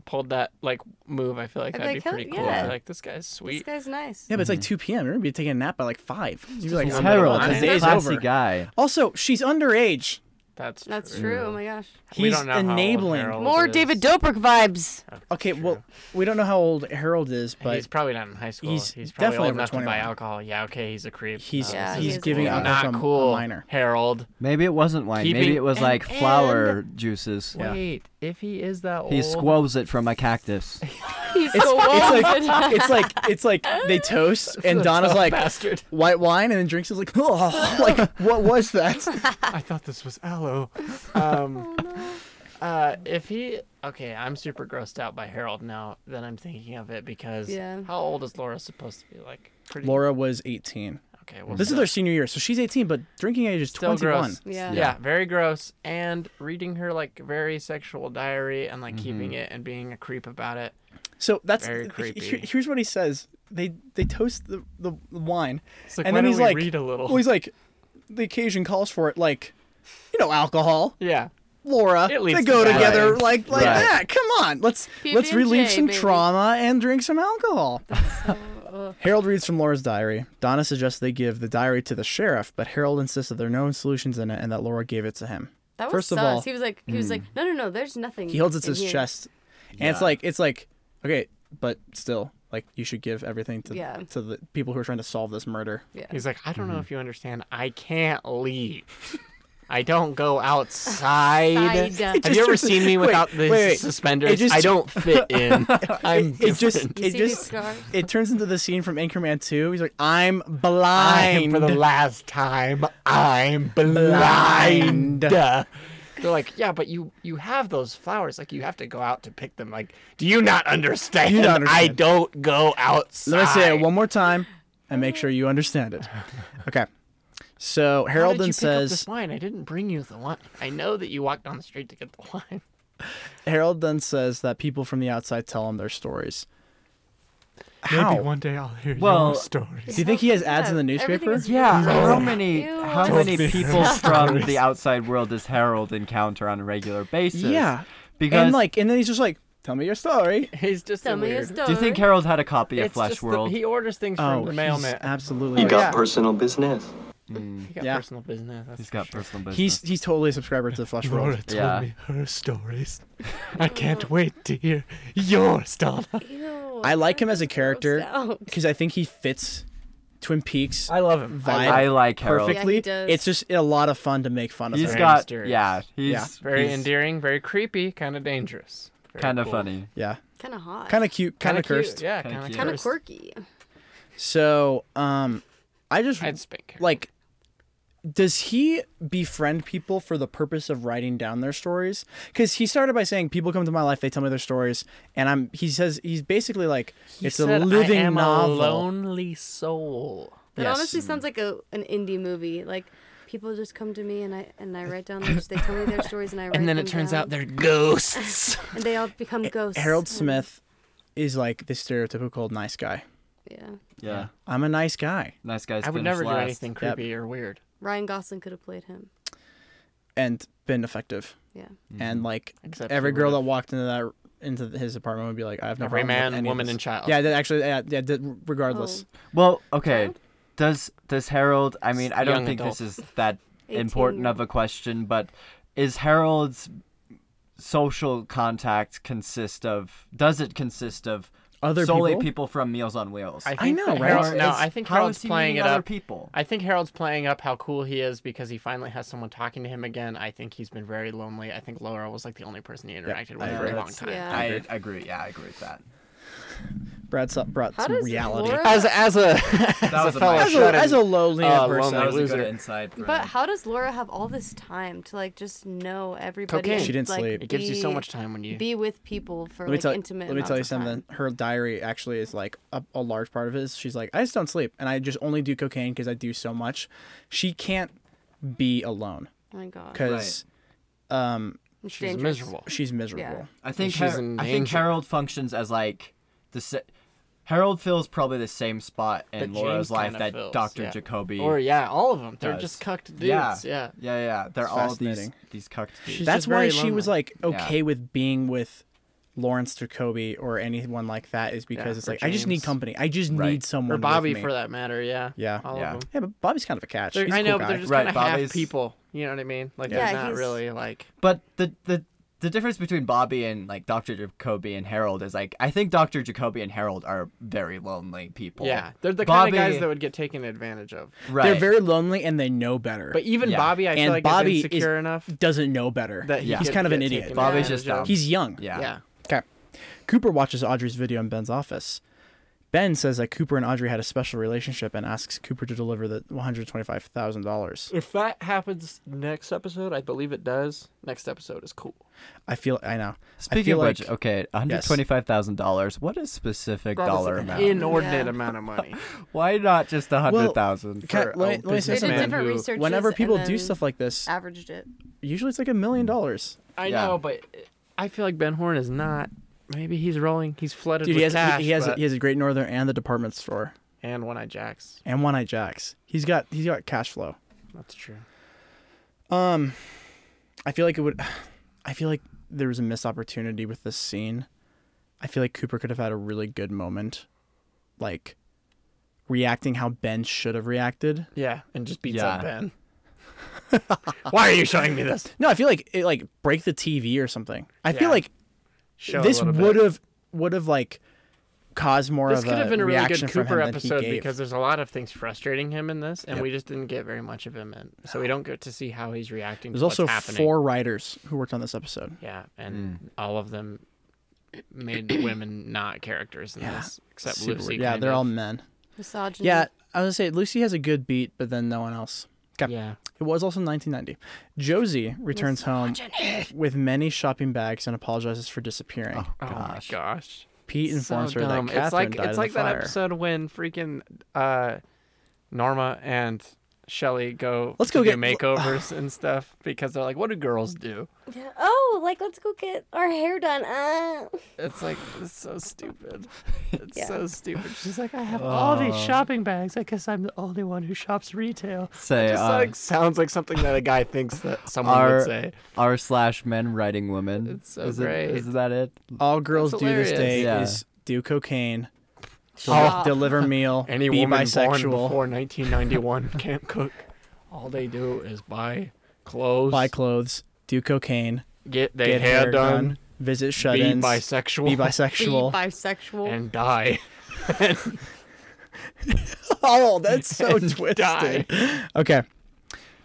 pulled that like move, I feel like
I'd
that'd
like,
be
hell
pretty cool.
yeah.
I'd be Like this guy's
This
sweet.
guy's nice.
Yeah, but it's like 2 p.m. You're gonna be taking a nap by like five. You're like,
He's
I'm
Harold,
done.
man.
the day's
he's a classy
over.
guy.
Also, she's underage.
That's true.
That's true. Oh my gosh.
We
He's
don't know how old
enabling.
Harold
More
is.
David Dobrik vibes.
okay, well, we don't know how old Harold is, but
he's probably not in high school.
he's
He's, probably
definitely
old
over
enough to buy
21.
alcohol. Yeah, okay, he's a creep.
he's
Yeah, he
he's
is
giving
cool.
out
not
to a-
cool.
a minor.
Harold.
Maybe it wasn't wine. Maybe
Keeping-
it was like
and-
flower juices.
Wait,
if he is that old,
He squoves it from a cactus.
He's
It's,
so old.
it's like it's like it's like they toast and Donna's like
bastard.
white wine and then drinks is like oh like what was that?
I thought this was aloe. Um, uh, if he okay, I'm super grossed out by Harold now that I'm thinking of it because
Yeah.
how old is Laura supposed to be? Like pretty.
Laura was 18.
Okay. Well,
This is
so-
their senior year, so she's 18, but drinking age is
Still
21.
gross.
yeah.
yeah, very gross. And reading her like very sexual diary
Mm-hmm.
and like keeping it and being a creep about it.
So that's
Very
he-
creepy.
here- here's what he says. They they toast the, the wine,
It's like,
and
why
then
don't
he's
we
like,
read a little?
well, he's like, the occasion calls for it. Like, you know, alcohol,
Yeah.
Laura,
It
they
leads
go
to bad
together
things.
like like
Right.
that. Come on, let's let's
PB&J,
relieve some
baby.
trauma and drink some alcohol.
ugh.
Harold reads from Laura's diary. Donna suggests they give the diary to the sheriff, but Harold insists that there are no solutions in it and that Laura gave it to him.
That was
First of
sus.
all- hmm.
he was like, he was like, no, no, no. There's nothing.
He holds it to
in
his
here."
chest, and it's
Yeah.
like it's like okay, but still, like you should give everything to
Yeah.
to the people who are trying to solve this murder.
He's like, I don't know if you understand. I can't leave. I don't go outside.
Side.
Have you ever seen me
Wait,
without the
wait, wait.
suspenders?
It just-
I don't fit in. I'm
It just
different.
You
it
see these
just
scars?
it turns into the scene from Anchorman 2. He's like, I'm
I,
blind.
for the last time, I'm blind. They're like, yeah, but you you have those flowers. Like you have to go out to pick them. Like, do you not understand?
You don't
I
understand.
don't go outside.
Let me say it one more time and make sure you understand it. Okay. So
How
Harold
did
then
you pick up
says
this wine. I didn't bring you the wine. I know that you walked down the street to get the wine.
Harold then says that people from the outside tell him their stories.
Maybe
How?
one day I'll hear
Well-
your story.
Do you think he has ads in the
Yeah, everything
newspaper?
is
Yeah,
really
how
gross.
many
Ew.
how
Don't
many
make
people from the outside world does Harold encounter on a regular basis?
Yeah.
because
And like and then he's just like, Tell me your story.
He's just
Tell
a
me your
weird.
story.
do you think Harold had a copy of
It's
Flesh
just the-
World?
he orders things
Oh,
from the
he's
mailman.
absolutely
You
right.
got
yeah.
personal business.
He got
Yeah.
personal business. That's
Mm. He's
for
got
sure.
personal business.
He's he's totally a subscriber to the Flesh
Laura
World.
told
Yeah.
me her stories. I can't wait to hear yours, Donna.
Ew,
I like him
that
as a
grossed
character.
out.
because I think he fits Twin Peaks
I love him.
vibe
I like Harold.
Yeah,
perfectly.
he does.
it's just a lot of fun to make fun of
He's
him.
very
got
mysterious.
yeah, he's
Very
he's
endearing, very creepy, kind of dangerous. Very
kind of
cool.
funny.
yeah,
Kind of hot.
kind of cute, kind
Kinda
of
cute,
cursed.
Yeah,
Kinda
kind of
cute.
Kind of quirky.
So, um, I just
I'd spank her.
like. Does he befriend people for the purpose of writing down their stories? Because he started by saying, "People come to my life, they tell me their stories," and I'm. He says he's basically like,
He
"It's
said,
a living
I am
novel."
A lonely soul.
That
Yes.
honestly
Mm.
sounds like a an indie movie. Like people just come to me and I and I write down their they tell me their stories and I write
And then it
them
turns
down,
out they're ghosts.
and they all become ghosts. Hmm.
Harold
Yeah.
Smith is like the stereotypical nice guy.
Yeah,
Yeah,
I'm a nice guy,
nice guys.
I would
finished
never do
last.
anything creepy or weird.
Ryan Gosling could have played him.
and been effective.
Yeah,
Mm-hmm.
and like
Except
every
he
girl
would've-
that walked into that into th- his apartment would be like, I have no
Every
problem with
man,
any of
woman,
this."
and child.
Yeah, that actually, yeah, yeah that- regardless.
Oh.
Well, okay. Does does Harold? I mean, I don't
Young
think this is that
18
important of a question, but is Harold's social contact consist of? Does it consist of
Other
solely
people?
from Meals on Wheels?
I, think
know,
that
right?
Harold, no,
Is-
I think
how
Harold's
is he
playing
meeting
it
other
up.
people?
I think Harold's playing up how cool he is because he finally has someone talking to him again. I think he's been very lonely. I think Laura was like the only person he interacted with
I
for a
agree.
long time.
yeah.
I agree. Yeah, I agree with that.
Brad su- brought
How
some
does
reality.
Laura?
As as a
That
as
was
a
a
fellow
mic.
As a,
shut-in,
as a lonely
uh,
person,
That
lonely
was a
loser.
good insight. For
but how does Laura have all this time to like just know everybody?
Cocaine.
and,
She didn't
like,
sleep.
It gives you so
be-
much time when you.
Be with people for
let me
like
tell
intimate.
let me tell you
amounts of time.
something. Her diary actually is like a, a large part of it. Is she's like, I just don't sleep, and I just only do cocaine because I do so much. She can't be alone
Oh my god.
because
It's
she's
dangerous.
miserable.
she's miserable.
I think
she's
Har-
an
I think
angel.
Harold functions as like the sa- Harold fills probably the same spot in
That
Laura's
James
life
kinda
that
fills,
Dr.
yeah.
Jacoby
Or yeah, all of them. They're
does.
just cucked dudes.
Yeah.
Yeah.
Yeah, yeah. They're
It's
all these
fascinating.
these cucked
She's
dudes.
That's
just
why
very
she was
lonely.
like okay with being with Lawrence Jacoby or anyone like that is because
Yeah,
it's
or
like I just need
James.
company. I just
Right.
need someone.
Or
with
Bobby
me.
for that matter. Yeah.
Yeah.
All
Yeah.
of them.
Yeah, but Bobby's kind of a catch.
They're,
He's a
I
cool
know, but
guy.
they're just
Right,
kind of half
Bobby's-
people. You know what I mean? Like
Yeah,
they're not
he's-
really like.
But the the the difference between Bobby and like Dr. Jacoby and Harold is like I think Dr. Jacoby and Harold are very lonely people.
Yeah, they're the
Bobby,
kind of guys that would get taken advantage of.
right.
They're very lonely and they know better.
But even
Yeah.
Bobby, I
And
feel like
Bobby
is insecure
is-
enough
doesn't know better.
that he
Yeah.
He's
could
kind of
get
an idiot.
taken
Bobby's just
advantage
dumb.
of.
He's young.
yeah.
yeah.
Okay. Cooper watches Audrey's video in Ben's office. Ben says that Cooper and Audrey had a special relationship and asks Cooper to deliver the one hundred twenty-five thousand dollars.
If that happens next episode, I believe it does. Next episode is cool.
I feel I know. I
Speaking
feel
of
like
which, okay, one hundred twenty-five thousand dollars. What a specific
That is
dollar
an
amount.
Inordinate
Yeah.
amount of money.
Why not just a
Well,
hundred thousand?
Ca-
for
let me-
a
let me
They
say
did
businessman
something.
different
who-
research.
Whenever people do stuff like this,
averaged it.
usually it's like a million
Hmm.
dollars.
I
Yeah.
know, but I feel like Ben Horn is not. Maybe he's rolling. He's flooded
Dude,
with
he has
cash.
he, he has
but-
he has a Great Northern and the department store
and one eye jacks.
and One Eye Jacks. He's got he's got cash flow.
That's true.
Um, I feel like it would. I feel like there was a missed opportunity with this scene. I feel like Cooper could have had a really good moment, like reacting how Ben should have reacted.
Yeah, and just beats up
Yeah.
Ben.
Why are you showing me this?
No, I feel like it like break the TV or something. I
Yeah.
feel like
Show
this
a little bit.
would have would have like caused more
This
of
could
a
have been a really
reaction
good
from
Cooper
him than he
episode
gave.
because there's a lot of things frustrating him in this, and
Yep.
we just didn't get very much of him in. So we don't get to see how he's reacting.
There's
to what's
also
happening.
four writers who worked on this episode.
Yeah, and
Hmm.
all of them made women not characters in
Yeah,
this, except
Super
Lucy.
weird. yeah,
kind
they're
of.
all men.
Misogyny.
Yeah, I was gonna say Lucy has a good beat, but then no one else. Okay.
Yeah,
It was also 1990. Josie returns home with many shopping bags and apologizes for disappearing.
oh my gosh.
Pete informs her that Catherine
it's like
died in
it's like
the
that
fire.
episode when freaking uh, Norma and Shelly go
Let's
to
go
do
get-
makeovers and stuff because they're like, what do girls do?
Yeah. Oh, like let's go get our hair done. Uh.
It's like it's so stupid. It's
Yeah.
so stupid. She's like, I have all these
Oh.
shopping bags. I guess I'm the only one who shops retail.
Say
Just
uh,
like sounds like something that a guy thinks that someone would
Our-
say.
R slash men writing women.
It's so
is
great.
It, is that it?
All girls do this
hilarious. Ah.
day
Yeah.
is do cocaine,
Stop.
deliver meal,
Any
be
woman born
bisexual,
before 1991 can't cook. All they do is buy clothes,
buy clothes, do cocaine,
get their
get
hair, done,
visit
be
shut-ins,
bisexual,
be
Be
bisexual.
bisexual.
and die.
oh, that's so
die.
twisted. Okay.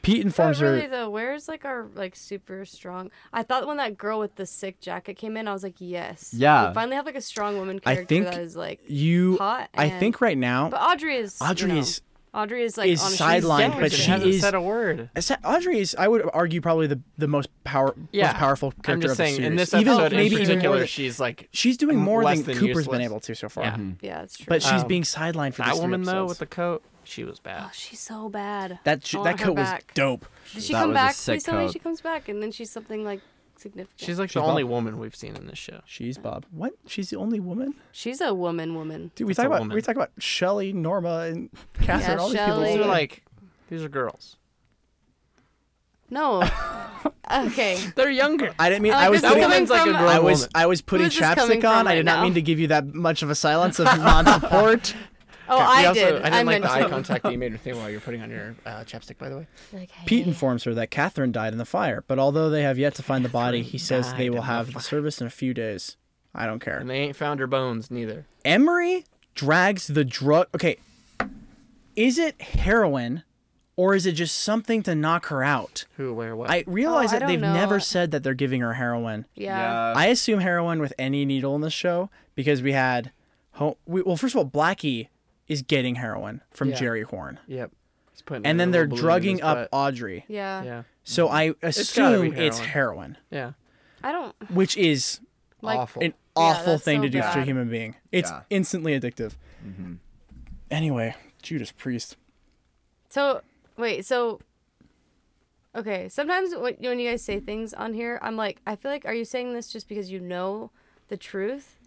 Pete
But
informs
really
her.
though, where's like our like super strong? I thought when that girl with the sick jacket came in, I was like, yes.
Yeah.
We finally have like a strong woman
I
character
think
that is like.
You,
Hot
I
and-
think right now,
But Audrey is. you
Audrey
know,
is
Audrey is like
is
on a- she's
sidelined,
dead.
but she
hasn't
is-
said a word.
Is that- Audrey is, I would argue, probably the the most power,
Yeah.
most powerful character
I'm just
of the
saying,
series.
in this
Even-
episode
maybe
in
even more
particular,
than-
she's like
she's doing more
less
than,
than
Cooper's been
useless.
able to so far.
Yeah.
Yeah, that's true.
But she's
Um,
being sidelined for
that
these
woman
three
though
episodes.
with the coat. She was
oh,
bad.
she's so bad.
that sh-
I
that
want her
coat was
back.
dope.
Did she
That
come
was a
back?
sick
Please tell me
coat.
she comes back, and then she's something like significant.
She's like
She's
the only
Bob.
woman we've seen in this show.
She's Bob. What? She's the only woman.
She's a woman, woman.
Dude, we
That's a
talk about
woman.
we talk about Shelley, Norma, and Catherine.
Yeah,
all these
Shelley.
These
people.
are
Like-
like, these are girls.
No. okay.
They're younger.
I didn't mean.
I like
I
this
was
That
putting,
coming
woman's like a
from-
grown
I was
woman.
I was putting
is this coming
chapstick
from
on. I
right
did not
now?
mean to give you that much of a silence of non-support.
Oh,
We
I
also-
did.
I didn't like the eye contact that you made with me while you were putting on your uh, chapstick, by the way.
Like,
Pete
hey.
informs her that Catherine died in the fire, but although they have yet to find the body, he says
died
they will
in the
have the service in a few days. I don't care.
And they ain't found her bones neither.
Emery drags the drug. Okay, is it heroin, or is it just something to knock her out?
Who, where, what?
I realize
Oh, I
that
don't
they've
know.
never said that they're giving her heroin.
Yeah.
I assume heroin with any needle in this show because we had, ho- we, well, first of all, Blackie is getting heroin from
Yeah.
Jerry Horn,
Yep. He's putting
and
a
then they're
little balloon in
drugging
his
up
butt.
Audrey.
yeah.
Yeah.
So I
gotta be
assume it's heroin,
Yeah.
I don't
which is
like.
Awful.
an awful
that's
thing
so
to do to a
bad.
human being. It's
Yeah.
instantly addictive.
Mm-hmm.
Anyway, Judas Priest.
So wait. So. Okay. Sometimes when, when you guys say things on here, I'm like, I feel like, are you saying this just because you know the truth,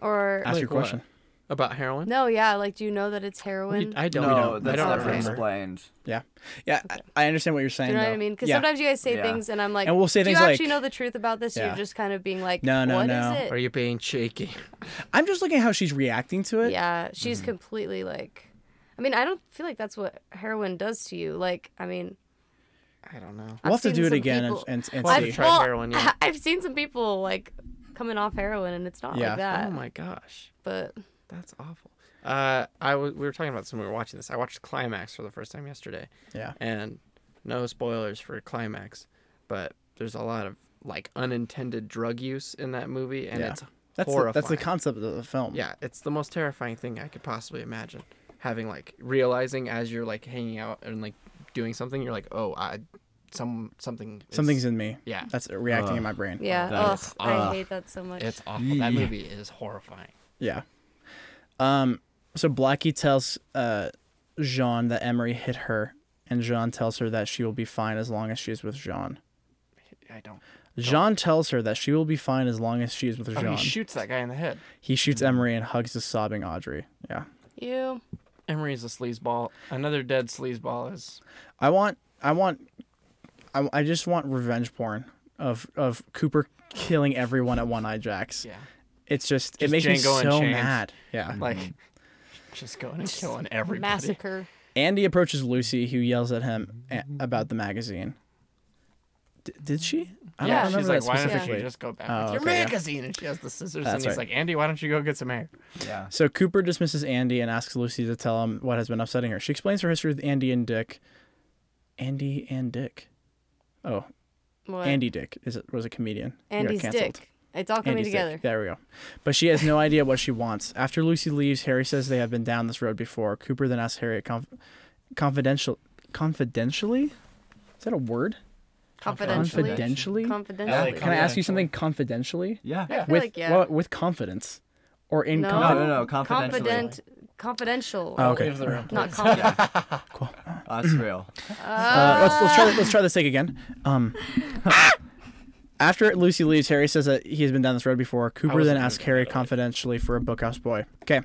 or
Ask
Like
your question.
About heroin?
no? Yeah. Like, do you know that it's heroin?
I don't.
No, that's
I don't
never
remember.
explained.
Yeah, yeah. I, I understand what you're saying.
do you know
though.
what I mean? Because
yeah.
sometimes you guys say
Yeah.
things, and I'm like,
And we'll say
do
things
you actually
like-
know the truth about this?
Yeah.
You're just kind of being like,
No, no,
"What is
no.
it?
Are you being cheeky?
I'm just looking at how she's reacting to it. Mm-hmm.
Yeah, she's completely like. I mean, I don't feel like that's what heroin does to you. Like, I mean,
I don't know.
We'll have to
seen
do it
some
again and,
people-
and, and
We'll have
see.
to try heroin, yeah.
I've seen some people like coming off heroin, and it's not
Yeah.
like that.
oh my gosh,
But
that's awful. Uh, I was we were talking about this when we were watching this. I watched Climax for the first time yesterday.
Yeah.
And no spoilers for Climax, but there's a lot of like unintended drug use in that movie, and
Yeah.
it's
That's the,
horrifying.
that's the concept of the film.
yeah, it's the most terrifying thing I could possibly imagine. Having like realizing as you're like hanging out and like doing something, you're like, oh, I, some something, is-
Something's in me.
yeah,
That's reacting in my brain.
yeah,
That
oh,
is-
I
ugh.
hate that so much.
it's awful. That
Yeah.
movie is horrifying.
Yeah. Um. So Blackie tells uh, Jean that Emery hit her, and Jean tells her that she will be fine as long as she is with Jean.
Oh. I don't.
Jean tells her that she will be fine as long as she is with
Oh,
Jean.
he shoots that guy in the head.
He shoots Emery and hugs the sobbing Audrey. Yeah.
you.
Emery's a sleazeball. Another dead sleazeball is.
I want. I want. I, I just want revenge porn of of Cooper killing everyone at One Eye Jacks.
Yeah.
It's just, it
Just
makes
Django
me so
Unchained.
mad. Yeah.
Like, just going and killing everybody.
Massacre.
Andy approaches Lucy, who yells at him a- about the magazine. D- did she? I
yeah,
don't remember
she's
that
like, why don't
specifically.
you just go back
Oh,
with your
okay, yeah.
magazine? And she has the scissors,
That's
and he's
right.
like, Andy, why don't you go get some air?
Yeah.
So Cooper dismisses Andy and asks Lucy to tell him what has been upsetting her. She explains her history with Andy and Dick. Andy and Dick. Oh,
What?
Andy Dick is was a comedian. He got
Andy's
canceled.
dick. It's all coming
Andy's dick.
together.
There we go. But she has no idea what she wants. After Lucy leaves, Harry says they have been down this road before. Cooper then asks Harry conf- confidential confidentially. Is that a word?
Confidentially.
Confidentially?
Confidentially.
Can I ask you something confidentially?
Yeah.
I feel
With
like yeah.
well, with confidence, or in
no.
No, no, no. Confidentially.
Confident. Confidential.
Oh, okay.
Not confident.
That's real.
Ah.
Uh, let's, let's try let's try this take again. Um, after Lucy leaves, Harry says that he has been down this road before. Cooper then
wasn't
asks
gonna
Harry confidentially for a bookhouse boy. Okay,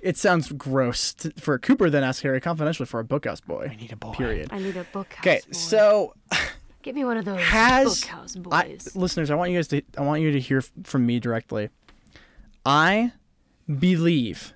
it sounds gross t for Cooper then asks Harry confidentially for a bookhouse boy. I need a boy. Period.
I need a bookhouse.
Okay,
boy.
so
give me one of those
has
bookhouse
I,
boys.
listeners, I want you guys to I want you to hear f- from me directly. I believe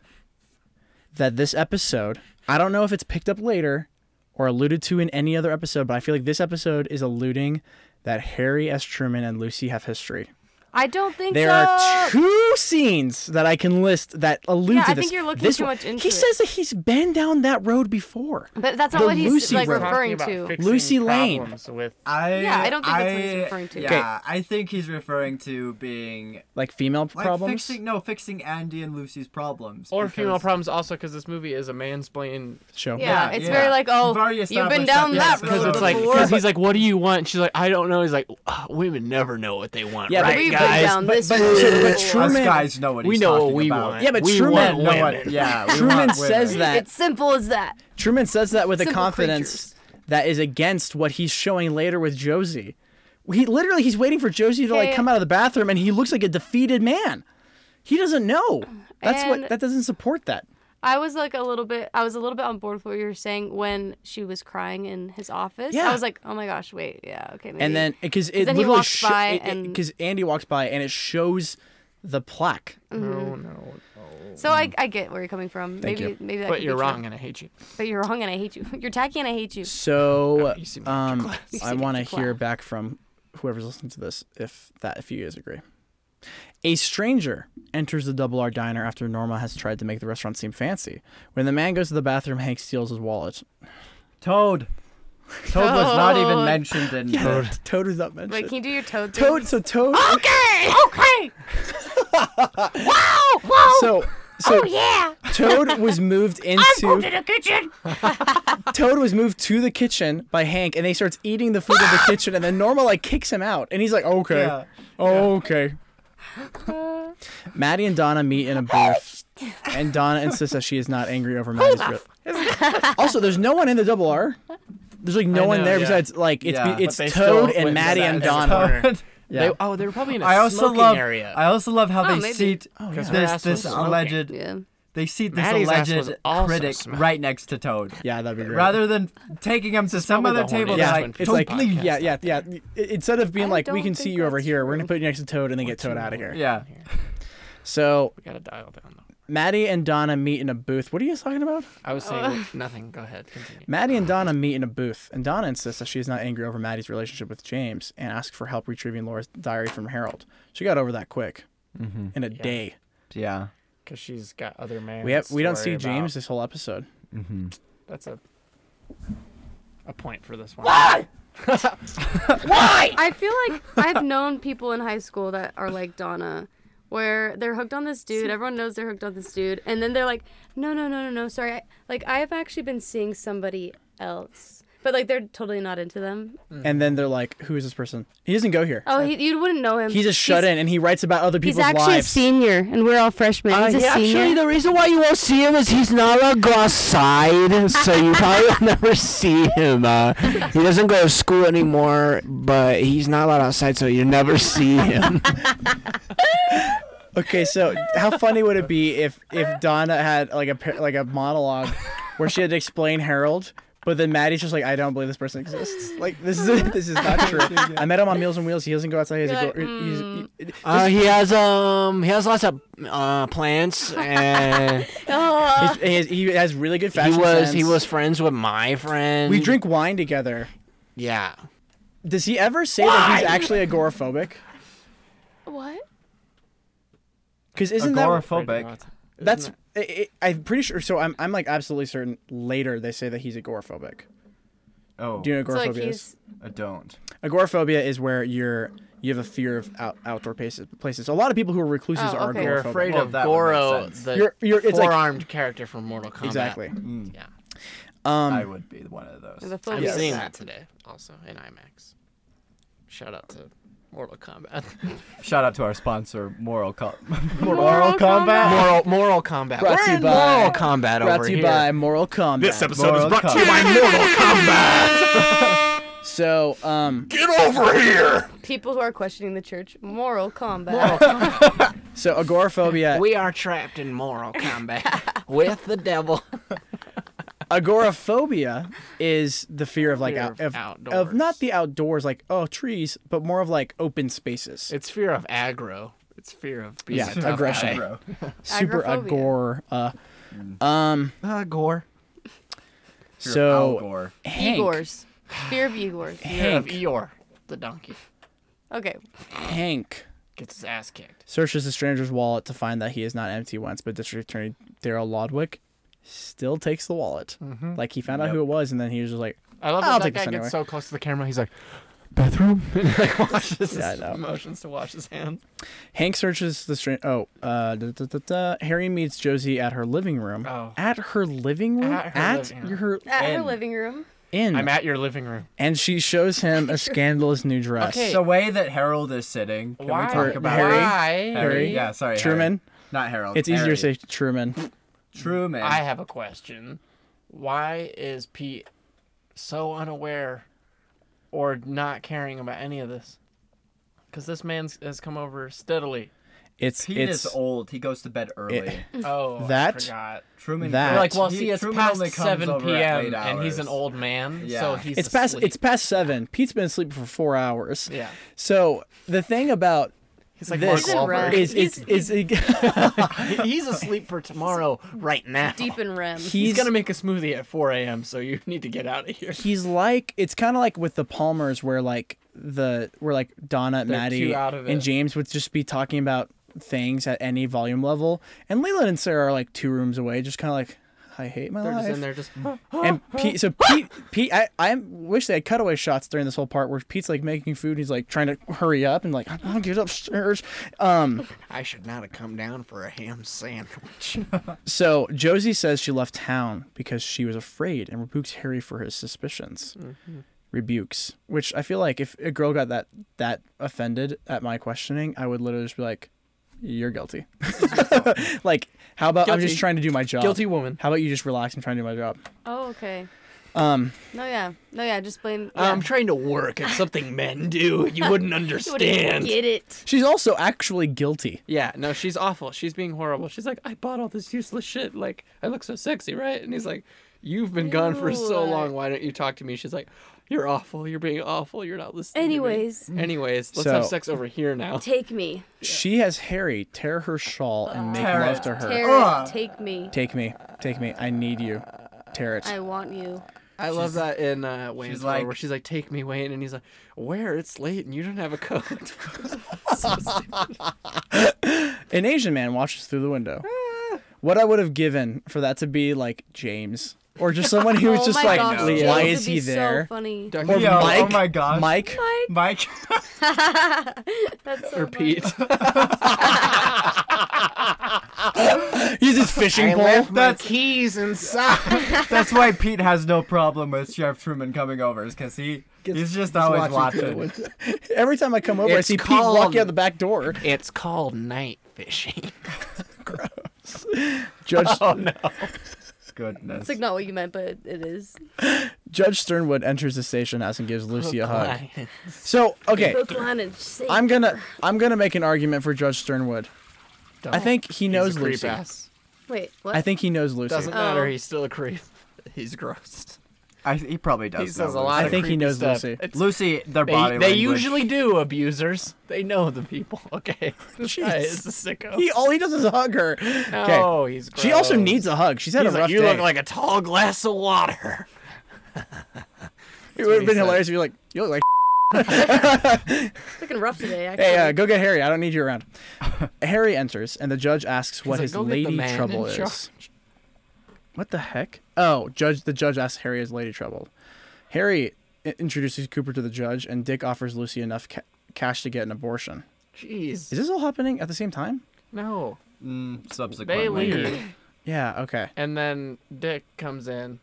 that this episode, I don't know if it's picked up later or alluded to in any other episode, but I feel like this episode is alluding that Harry S. Truman and Lucy have history.
I, don't think
There
so.
are two scenes that I can list that allude
Yeah,
to
I
this.
think you're looking
This
too
one-
much into
He
it.
says that he's been down that road before.
but that's not
the
what he's
Lucy
like
road.
referring to.
Lucy Lane.
With
I
Yeah, I don't think that's what he's
I-
referring to.
Yeah, I think he's referring to being
Like female
like
problems.
fixing no fixing Andy and Lucy's problems
or female
because-
problems also because this movie is a mansplain
Show.
Yeah,
Yeah,
it's
yeah.
very like,
You've
oh,
already
you've been
established
down
that
that
this
road
is
because it's like
before.
because he's like, what do you want? And she's like, I don't know. He's like,
"Ah,
"Ugh, women never know what they want.
Yeah, but
right,
we've
guys?
been down
but-
this
but-
road
so- but
before.
Truman-
Us guys know what
We
he's
know what
talking
we
about.
want.
Yeah, but
We
Truman,
want
No one,
women.
yeah, we
Truman
want women.
says that.
It's simple as that.
Truman says that with a
Simple
confidence that is against what he's showing later with Josie. He literally he's waiting for Josie to like
Okay.
come out of the bathroom and he looks like a defeated man. He doesn't know. That's
And-
what that doesn't support that.
I was like a little bit. I was a little bit on board with what you were saying when she was crying in his office.
Yeah.
I was like, oh my gosh, wait, yeah, okay. Maybe.
And then because it
then he
literally
walks by and-
because Andy walks by and it shows the plaque.
No, no.
so I, I get where you're coming from.
Thank
maybe
you.
maybe that
But
could
you're
be true.
wrong, and I hate you.
But you're wrong, and I hate you. You're tacky, and I hate you.
So
you seem like
um,
You
I
seem
want to
like a
hear
class.
back from whoever's listening to this if that if you guys agree. A stranger enters the Double R diner after Norma has tried to make the restaurant seem fancy. When the man goes to the bathroom, Hank steals his wallet.
Toad. Toad was not even
Toad.
mentioned in the
Toad is not mentioned.
Wait, can you do your toad? thing?
Toad. So Toad.
Oh! Okay. Okay. wow. Wow.
So so
Oh, yeah.
Toad was moved into
the kitchen.
Toad was moved to the kitchen by Hank, and they starts eating the food of the kitchen, and then Norma like kicks him out, and he's like, okay,
Yeah.
okay. Maddie and Donna meet in a booth, and Donna insists that she is not angry over Maddie's. re- also, there's no one in the double R. There's like no
I
one
know,
there
yeah.
besides like it's
Yeah.
be it's
But they
Toad
still-
and
wait,
Maddie
that
and
is a
Donna.
corner.
Toad.
Yeah.
They, oh, they were probably in a
I also
smoking
love.
area.
I also love how
Oh,
they
maybe.
seat
yeah.
this
Her ass was
this
smoking.
alleged
Yeah.
they seat this
Maddie's ass was
alleged
also
critic
smoking.
right next to Toad.
yeah, that'd be great.
Rather than taking him to some
probably
other
the horniest
table,
Yeah,
they're
yeah,
when
like,
it's
Toad,
people
like
podcast.
please.
yeah, yeah, yeah. I- Instead of being
I
like, we
don't
can see
think
you over
that's
here, we're gonna put you next to Toad and then get Toad out of here.
Yeah.
So
We gotta dial down though.
Maddie and Donna meet in a booth. What are you guys talking about?
I was saying nothing. Go ahead. Continue.
Maddie and Donna meet in a booth, and Donna insists that she is not angry over Maddie's relationship with James and asks for help retrieving Laura's diary from Harold. She got over that quick, in a day.
Yeah.
because she's got other man.
We have we don't see James this whole episode.
That's a
A point for this one.
I feel like I've known people in high school that are like Donna, where they're hooked on this dude. Everyone knows they're hooked on this dude, and then they're like, "No, no, no, no, no, sorry." I, like I have actually been seeing somebody else, but like they're totally not into them.
And then they're like, "Who is this person? He doesn't go here.
Mm. Oh, he, you wouldn't know him.
He's a shut in, and he writes about other
He's
people's
actually a
lives." Uh,
senior, and we're all freshmen. He's a senior.
the reason why you won't see him is he's not a go side, so you probably will never see him. Uh, he doesn't go to school anymore, but he's not allowed outside, so you never see him.
Okay, so how funny would it be if if Donna had like a par- like a monologue where she had to explain Harold, but then Maddie's just like, I don't believe this person exists. Like this is this is not true. I met him on Meals and Wheels. He doesn't go outside. He's a
You're
gor-
like,
he's- he-
Uh, he has um, he has lots of uh, plants, and
Oh,
he's- he, has, he has really good fashion
he was he
sense.
was friends with my friend.
We drink wine together.
Yeah.
Does he ever say that he's actually agoraphobic?
what?
Because isn't that
Agoraphobic.
that's i i I'm pretty sure. So I'm I'm like absolutely certain. Later they say that he's agoraphobic.
Oh,
Do you know
So
agoraphobia
like
is?
he's
I don't.
Agoraphobia is where you're you have a fear of out, outdoor places. Places. A lot of people who are recluses
Oh,
are
okay.
You're
agoraphobic.
afraid
Well,
of
that would make
Goro,
sense.
the
You're- you're- it's like-
four-armed character from Mortal Kombat.
Exactly.
Yeah,
I
Um,
would be one of those.
the
I'm
phobia.
seeing that today also in IMAX. Shout out to Mortal Kombat.
Shout out to our sponsor, Moral Cop.
Moral combat.
moral, moral combat.
Brought to
We're
you
in
by-
moral combat
brought
over
to you
here.
by Moral Combat.
episode Moral is brought to you
by Mortal Kombat.
so, um,
Get over here.
People who are questioning the church, moral combat.
so agoraphobia.
We are trapped in moral combat with the devil.
agoraphobia is the fear of like
Fear
out,
of
of, of
outdoors.
not the outdoors, like oh trees, but more of like open spaces.
It's fear of aggro. It's fear of being
Yeah,
a tough
aggression.
guy.
Super
agoraphobia.
agor. Uh, um,
Uh, gore.
so
Gore.
Hank,
Igors. Fear of Igors.
Fear of
Hank,
Eeyore, the donkey,
Okay.
Hank
gets his ass kicked.
searches the stranger's wallet to find that he is not empty once, but District Attorney Daryl Lodwick still takes the wallet.
Mm-hmm.
Like he found out who it was, and then he was just like,
I love
I'll
that, that
take
guy
this anyway.
gets so close to the camera. He's like,
Bathroom.
washes
Yeah, I
his
know.
motions to wash his hands.
Hank searches the strange. Oh, uh, da, da, da, da. Harry meets Josie at her living room.
Oh.
At her living room.
At her living room.
her
At her
And-
living room.
inn.
I'm at your living room.
and she shows him a scandalous new dress.
Okay.
The way that Harold is sitting. Can
Why?
we talk about
Harry?
Why?
Harry? Yeah, sorry.
Truman.
Harry. Not Harold.
It's easier
Harry.
to say Truman.
Truman.
I have a question. Why is Pete so unaware or not caring about any of this? Because this man has come over steadily.
It's
Pete
it's
is old. He goes to bed early.
Oh,
That-
I forgot.
Truman.
That-
They're like, well,
Mm. He-
see, it's
Truman
past
only comes
7
over at
p.m.
late
and he's an
hours.
old man,
Yeah.
so he's
it's past
asleep.
it's past seven. Pete's been asleep for four hours.
yeah.
So the thing about
He's like
this
Mark Wahlberg.
red.
is it's, it's,
He's asleep for tomorrow right now.
Deep in REM.
He's,
he's
gonna make a smoothie at 4 a.m. So you need to get out of here.
he's like it's kind of like with the Palmers where like the where like Donna, Maddie,
too out of
and
it.
James would just be talking about things at any volume level, and Leland and Sarah are like two rooms away, just kind of like I hate my
They're
life.
just in there, just
And Pete, so Pete, Pete, I, I wish they had cutaway shots during this whole part where Pete's like making food, and he's like trying to hurry up and like I want to get upstairs. Um,
I should not have come down for a ham sandwich.
so Josie says she left town because she was afraid and rebukes Harry for his suspicions.
Mm-hmm.
Rebukes, which I feel like if a girl got that that offended at my questioning, I would literally just be like, "You're guilty." like, how about I'm
Guilty.
just trying to do my job.
Guilty woman.
How about you just relax? I'm trying to do my job.
Oh, okay. Um. No, yeah. No, yeah. Just blame. Yeah.
I'm trying to work. It's something men do. You wouldn't
You wouldn't
understand.
Get it.
She's also actually guilty.
Yeah, no, she's awful. She's being horrible. She's like, I bought all this useless shit. Like, I look so sexy, right? And he's like, You've been gone for so
Ew.
long. Why don't you talk to me? She's like, You're awful. You're being awful. You're not listening. to me."
Anyways,
Anyways, let's have
So-
sex over here now.
take me.
She has Harry tear her shawl and make
Tear
love
it.
to her.
Tear
Ugh.
it. Take me.
Take me, take me. I need you. Tear it.
I want you.
I love that in uh, Wayne's World
like-
where she's like, "Take me, Wayne," and he's like, "Where? It's late, and you don't have a coat."
An Asian man watches through the window.
Ah.
what I would have given for that to be like James or just someone who was
oh
just
my
like,
gosh,
why
James would
is
be
he there?
So funny.
Dr.
Or
Yo,
Mike.
oh my gosh.
Mike.
Mike.
That's so funny.
Pete.
He's his fishing pole.
That's-
keys inside.
That's why Pete has no problem with Chef Truman coming over, is because he he's just always watching.
Every time I come over, I
It's
see Pete walking out
called-
the back door.
It's called night fishing.
Judge
Oh,
Goodness.
It's like not what you meant, but it- it is.
Judge Sternwood enters the station house and gives Lucy
Oh,
a hug.
Right.
So okay,
Book line and say-
I'm gonna I'm gonna make an argument for Judge Sternwood. I think he knows
He's a creep
Lucy.
ass.
Wait, what?
I think he knows Lucy.
Doesn't
Oh.
matter. He's still a creep. He's gross.
I, he probably does.
He
know
says a
Lucy.
lot.
I think
of
he
creepy
knows
stuff.
Lucy.
It's-
Lucy, their
They,
body
they
language.
usually do abusers. They know the people. Okay, this guy is a sicko.
He all he does is hug her. Okay.
Oh, he's. Gross.
She also needs a hug. She's had
He's
a
like,
rough
you
day.
look like a tall glass of water.
it would have
he
been
said.
hilarious if you were like, you look like
it's looking rough today. Actually.
Hey, uh, go get Harry. I don't need you around. Harry enters, and the judge asks what
like,
his
"Go get the
lady
man in
trouble is.
charge."
What the heck? Oh, judge. The judge asks Harry his lady trouble. Harry i- introduces Cooper to the judge, and Dick offers Lucy enough ca- cash to get an abortion.
Jeez.
Is this all happening at the same time?
No.
Mm,
They
subsequently.
leave,
Yeah. Okay.
and then Dick comes in,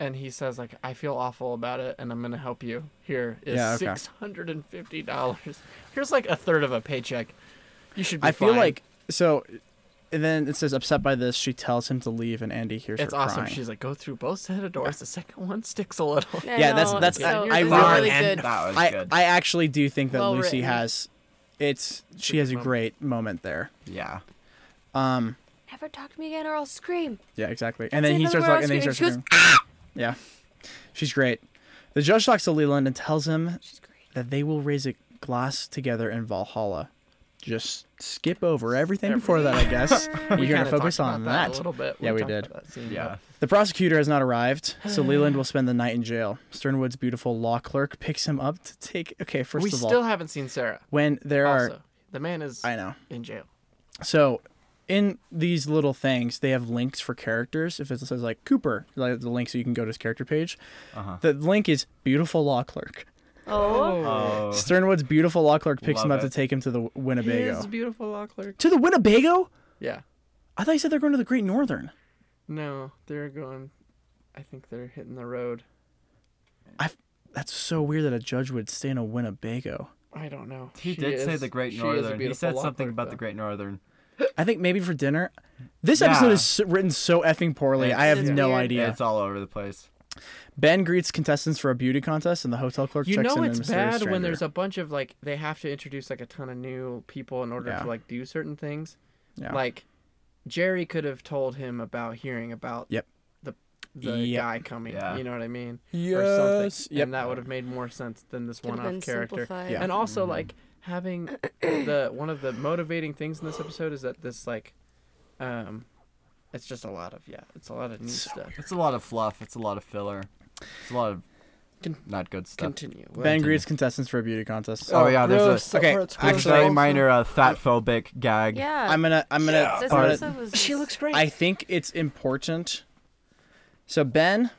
and he says like, "I feel awful about it, and I'm gonna help you. Here is
Yeah, okay.
six hundred and fifty dollars. Here's like a third of a paycheck. You should be
I feel
fine."
like so. And then it says, upset by this, she tells him to leave, and Andy hears
it's
her
awesome.
crying.
She's like, "Go through both set of doors. The second one sticks a little."
I
yeah, that's-
know,
that's-
it's so,
I- I
it's
really-
really
And
good.
That was
I,
good.
I actually do think that
Well
Lucy
written.
has, it's she has a great moment there.
yeah.
Never talk to me again, or I'll scream.
Yeah, exactly. And
Say
then he
another
starts
word,
like, and then he
I'll
starts
scream.
screaming. Yeah, she's great. The judge talks to Leland and tells him
She's great.
that they will raise a glass together in Valhalla. Just skip over everything before that, I guess. We're going
kinda
to focus
talked
on
about that
that.
a little bit.
Yeah, we
talked
did.
about that scene,
Yeah.
The prosecutor has not arrived, so Leland will spend the night in jail. Sternwood's beautiful law clerk picks him up to take. Okay,
but
first
We
of
still
all,
haven't seen Sarah.
when there
Also,
are,
the man is
I know.
in jail.
So in these little things, they have links for characters. If it says like Cooper, like the link so you can go to his character page.
Uh-huh.
The link is beautiful law clerk.
Oh,
Oh.
Sternwood's beautiful law clerk picks him
Love
up
it.
to take him to the Winnebago.
His beautiful law clerk.
To the Winnebago?
Yeah.
I thought you said they're going to the Great Northern.
No, they're going. I think they're hitting the road.
That's so weird that a judge would stay in a Winnebago.
I don't know.
He
She
did say
is-
the Great
she is a
Northern. He
beautiful
said
law
something
clerk,
about
though.
the Great Northern.
I think maybe for dinner. This
Yeah.
episode is s- written so effing poorly. I have
It's
no
weird.
idea.
It's all over the place.
Ben greets contestants for a beauty contest, and the hotel clerk
You
checks
know
in.
it's
a mysterious
bad when
stranger.
there's a bunch of like they have to introduce like a ton of new people in order
Yeah.
to like do certain things.
Yeah.
Like Jerry could have told him about hearing about
Yep.
the the
Yep.
guy coming.
Yeah.
You know what I mean? Or something.
Yes. Yep.
And that would have made more sense than this
Could've
one off
been
character.
simplified.
Yeah.
And also like having the one of the motivating things in this episode is that this like um it's just a lot of yeah, it's a lot of new stuff.
It's a lot of fluff. It's a lot of filler. It's a lot of not good stuff.
Continue.
Ben greets contestants for a beauty contest.
Oh, yeah, there's
gross.
a
Okay,
Or it's gross.
actually very minor uh, fatphobic gag.
yeah.
I'm gonna, I'm gonna.
This
part-
episode was
She
just-
looks great.
I think it's important. So Ben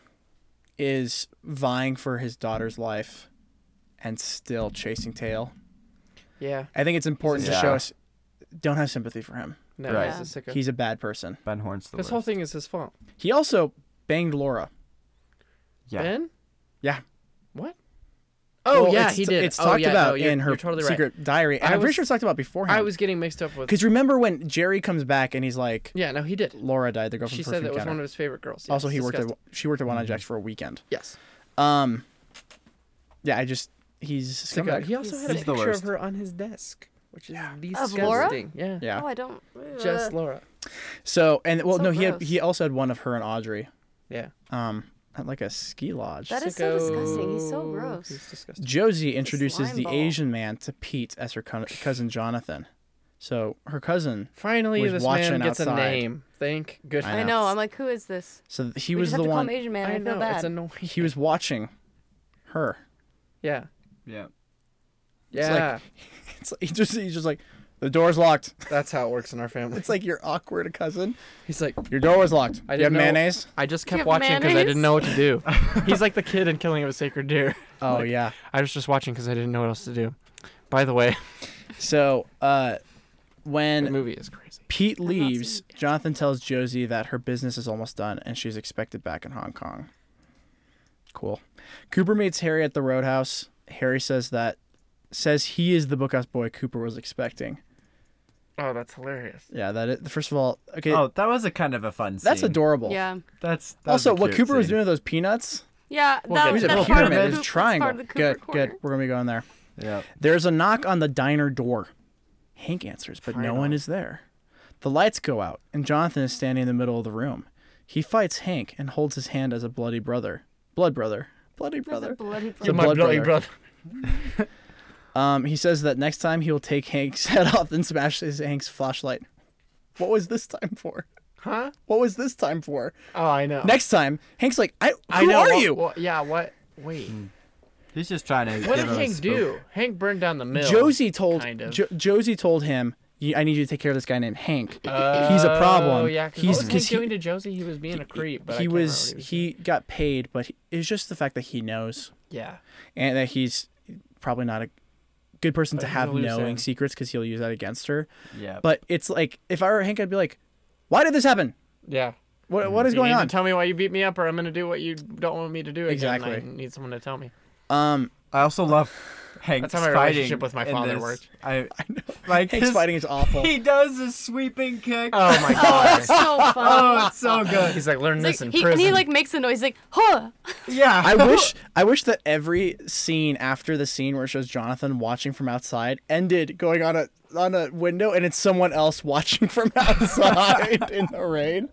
is vying for his daughter's life, and still chasing tail.
Yeah.
I think it's important to
Yeah.
show us. Don't have sympathy for him.
No,
Right.
he's a sicko.
He's a bad person.
Ben Horn's the
this
worst.
whole thing is his fault.
He also banged Laura.
Yeah.
Ben?
Yeah.
What? Oh
Well,
yeah,
it's,
he did.
It's
Oh,
talked
yeah,
about
no, you're-
in her
you're totally right.
secret diary, and
I
I'm pretty
was-
sure it's talked about beforehand.
I was getting mixed up with.
because remember when Jerry comes back and he's like,
Yeah, no, he did.
"Laura died, the girl from
She
Perfume
said that was
Counter."
one of his favorite girls.
also,
Yes,
he worked
disgusting. Mm-hmm.
at she worked at One Eye Jacks for a weekend.
Yes.
Um, yeah, I just he's a
Sick guy.
scumbag.
He also had a
He's the
picture of
worst.
her on his desk, which is disgusting.
Laura?
Yeah.
Yeah.
Oh, I don't.
Just Laura.
So and well,
So
no, he had,
gross.
he also had one of her and Audrey.
Yeah.
Um, at like a ski lodge.
That is so disgusting. He's so gross.
He's disgusting.
Josie introduces
slime
the
ball.
Asian man to Pete as her co- cousin Jonathan. So her cousin.
Finally,
Was
this
watching
man gets
outside.
a name. Thank goodness.
I
I know. I'm like, who is this?
So th- he
we
was
just
the
have to
one.
call him Asian man. I,
I
feel
know.
bad.
It's annoying.
He was watching her.
Yeah.
Yeah.
Yeah.
It's like, he just he's just like the door's locked.
That's how it works in our family.
It's like your awkward cousin.
He's like,
Your door was locked.
I
you have
didn't know-
mayonnaise.
I just
Do you
kept
have
watching because I
mayonnaise?
didn't know what to do. He's like the kid in Killing of a Sacred Deer.
Oh
Like-
yeah.
I was just watching because I didn't know what else to do. By the way,
So uh, when
the movie is crazy.
Pete
not seen
leaves, Jonathan tells Josie that her business is almost done and she's expected back in Hong Kong. Cool. Cooper meets Harry at the roadhouse. Harry says that says he is the bookhouse boy Cooper was expecting.
Oh, that's hilarious.
Yeah, that is, first of all, okay,
Oh, that was a kind of a fun scene.
that's adorable.
Yeah.
That's that was
Also,
a
what
cute
Cooper was
scene.
doing with those peanuts,
Yeah.
it
that,
was
that's
a
part of the
pyramid, it was
Coop- that's
a
part
triangle.
of the Cooper
Good,
corner.
good. We're going to be going there.
Yeah.
There's a knock on the diner door. Hank answers, but no
Final.
one is there. The lights go out, and Jonathan is standing in the middle of the room. He fights Hank and holds his hand as a bloody brother. Blood brother. Bloody
There's a
brother.
bloody brother.
You're my blood bloody brother. Um, he says that next time he will take Hank's head off and smash his Hank's flashlight. What was this time for?
Huh?
What was this time for?
Oh, I know.
Next time, Hank's like, I, who
I know.
are
Wha-
you?
wha- yeah. What? Wait.
He's just trying to.
What did
give him a
Hank
spook.
do? Hank burned down the mill.
Josie told
kind of.
Jo- Josie told him, "You- "I need you to take care of this guy named Hank. He's a problem.
Oh yeah. 'cause
He's
what was Hank
he,
doing to Josie? He was being a creep. But I
he
can't remember
was
what
he got paid, but he, it's just the fact that he knows
Yeah.
and that he's probably not a good person to
he's
have
a loose
knowing
end.
secrets because he'll use that against her.
Yeah.
But it's like if I were Hank, I'd be like, "Why did this happen?
Yeah.
What what is
You
going
need to
on?"
tell me why you beat me up, or I'm gonna do what you don't want me to do. again, and
Exactly.
I need someone to tell me.
um,
I also love Hank's
That's how my
fighting
relationship with my
in
father
this.
worked.
I, I know. Like
Hank's
his-
fighting is awful.
He does a sweeping kick.
Oh my god.
so funny.
oh, it's so good.
He's like, learn
It's
this
like,
in
he,
prison.
and he like makes a noise like, huh.
Yeah.
I wish I wish that every scene after the scene where it shows Jonathan watching from outside ended going on a on a window and it's someone else watching from outside in the rain.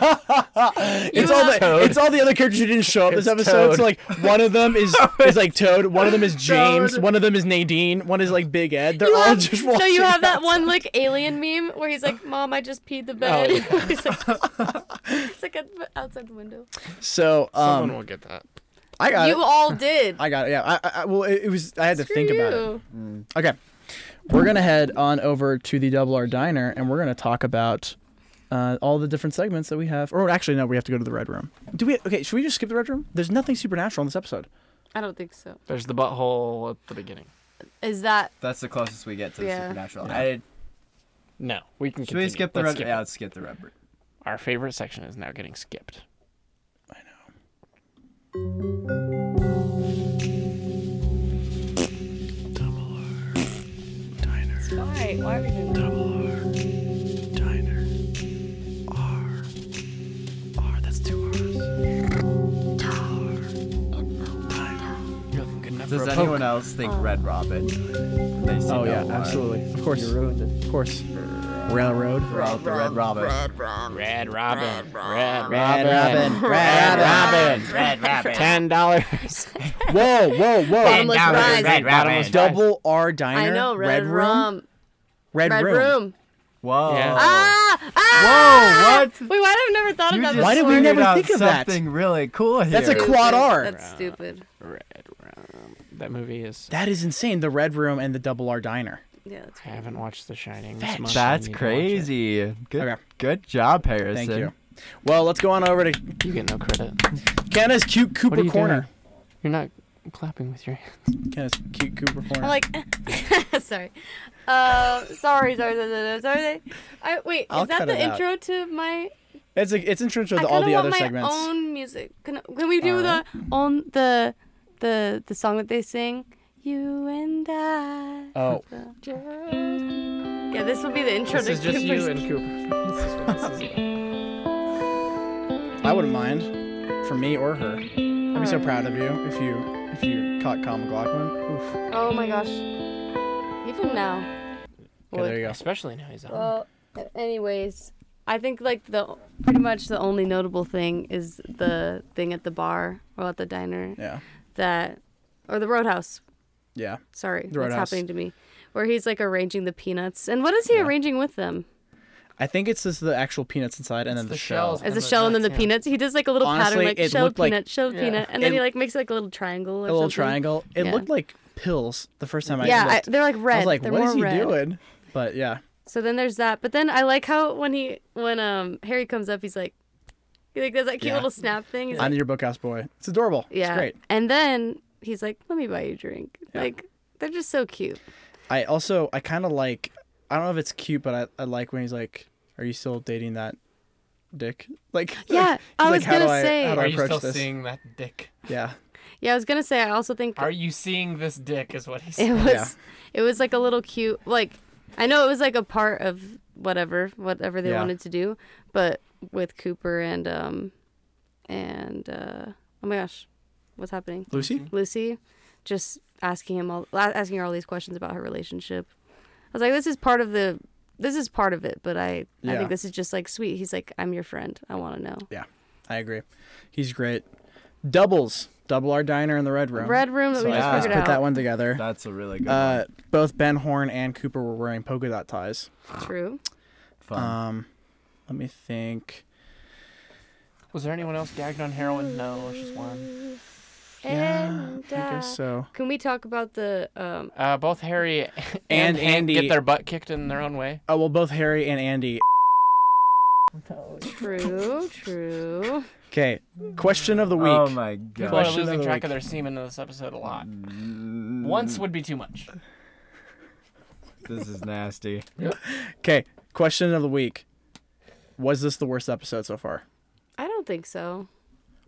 it's all the it's all the other characters who didn't show up this
It's
episode. So
Toad.
like one of them is
Oh,
is like Toad, one of them is James,
Toad.
one of them is Nadine, one is like Big Ed. They're
You
all
have-
just watching.
no, you have that one like alien meme where he's like, "Mom, I just peed the
Oh,
bed." He's like- it's like at, outside the window.
So
Someone
um,
will get that.
I got
you
it.
all did.
I got it. Yeah, I, I, I well, it, it was. I had to
Screw
think about it.
you.
Okay. We're going to head on over to the Double R Diner and we're going to talk about uh, all the different segments that we have. Or actually, no, we have to go to the Red Room. Do we? Okay, should we just skip the Red Room? There's nothing supernatural in this episode.
I don't think so.
There's the butthole at the beginning.
Is that
That's the closest we get to
Yeah.
supernatural. I,
No, we can.
should we
continue.
skip the
Let's
red?
skip it.
yeah, let's skip the rubber.
Our favorite section is now getting skipped.
why? Why are we doing that?
Does anyone else think Red Robin? They see
Oh, yeah,
Double R.
absolutely. Of course. Of course. Railroad.
We're all the Red Robin.
Red Robin. Red
Red Robin.
Red Robin.
Red Robin. Ten dollars.
Whoa, whoa, whoa.
Bottomless rise.
Bottomless
Double R Diner.
I know. Red, room.
Room. Red,
Red
Room. Oh.
room.
Whoa.
Yeah.
Ah!
Whoa,
Ah!
what?
Wait, why have I never thought
You
about
just
this?
Why did we
figured
never
out
think of that?
something really cool here.
That's a
Stupid.
quad R.
That's stupid.
Red Robin. That movie is.
That is insane. The Red Room and the Double R Diner.
Yeah, that's
I haven't watched The Shining. This month. I
That's
need to watch it.
crazy. Good,
Okay.
good job, Harrison.
Thank you. Well, let's go on over to
You get no credit.
Kenna's Cute
What are
Cooper
you
Corner.
You're not clapping with your hands.
Kenna's Cute Cooper Corner.
I'm like, sorry. Uh, sorry, sorry, sorry, sorry, sorry, sorry. I, wait,
I'll
is that
cut
the
it out.
intro to my?
It's a, it's intro to
I
the, all
kinda
the
want
other
my
segments.
own music. Can, can we do
All
the on the the the song that they sing? You and I.
Oh,
Yeah, this will be the intro
This
to
is just
Cooper's-
you and Cooper. This is what this is about.
I wouldn't mind for me or her. I'd be so proud of you if you if you caught Kyle McLaughlin. Oof. Okay,
Oh my gosh. Even now. Would.
there you go.
Especially now he's on.
Well, anyways, I think like the pretty much the only notable thing is the thing at the bar or at the diner
Yeah.
that or the roadhouse.
Yeah.
Sorry,
The
that's
Roadhouse.
happening to me. Where he's like arranging the peanuts, and what is he arranging with them?
I think it's just the actual peanuts inside and then the,
the
shell.
shells.
As
And the
a shell and then the
nuts, yeah.
peanuts. He does like a little
Honestly,
pattern, like
it
shell
looked like-
peanut, shell
Yeah.
peanut, and then
It-
he like makes like a little triangle or
A little
something.
triangle. It
Yeah.
looked like pills the first time I
Yeah, I,
looked.
they're like red.
I was like,
they're
what
more
is he
red.
doing? But yeah.
So then there's that. But then I like how when he when um Harry comes up, he's like, he like does that cute
Yeah.
little snap thing. He's
I'm
like,
your bookhouse boy. It's adorable.
yeah.
It's great.
And then he's like, let me buy you a drink. Like they're just so cute.
I also I kind of like I don't know if it's cute, but I, I like when he's like, "Are you still dating that dick?" Like
Yeah,
he's
I
like,
was
"How
gonna
do I-
say-
how do I
Are you
approach
still
this?"
seeing that dick?
Yeah,
Yeah, I was gonna say. I also think
Are you seeing this dick? Is what he
it
said.
was
Yeah.
it was like a little cute. Like I know it was like a part of whatever whatever they
Yeah.
wanted to do, but with Cooper and um and uh oh my gosh, what's happening?
Lucy.
Lucy, just asking him all la- asking her all these questions about her relationship. I was like, this is part of the this is part of it, but I I
Yeah.
think this is just like sweet. He's like, I'm your friend. I want to know.
I agree. He's great. Doubles, double our diner in the red room.
Red room that
So
we
I
just
yeah.
just
figured
put
out.
that one together.
That's a really good
Uh, both Ben Horn and Cooper were wearing polka dot ties.
True.
one. Fun.
Um, let me think.
Was there anyone else gagged on heroin? No, it was just one.
And
I
uh,
guess so.
can we talk about the um?
Uh, both Harry and,
And
Hank
Andy-
get their butt kicked in their own way.
Oh well, both Harry and Andy.
True. True.
Okay, question of the week.
oh my
People are
god.
Question of
losing
the
track
week.
of their semen in this episode a lot.
Mm,
Once would be too much.
This is nasty.
Okay, question of the week. Was this the worst episode so far?
I don't think so.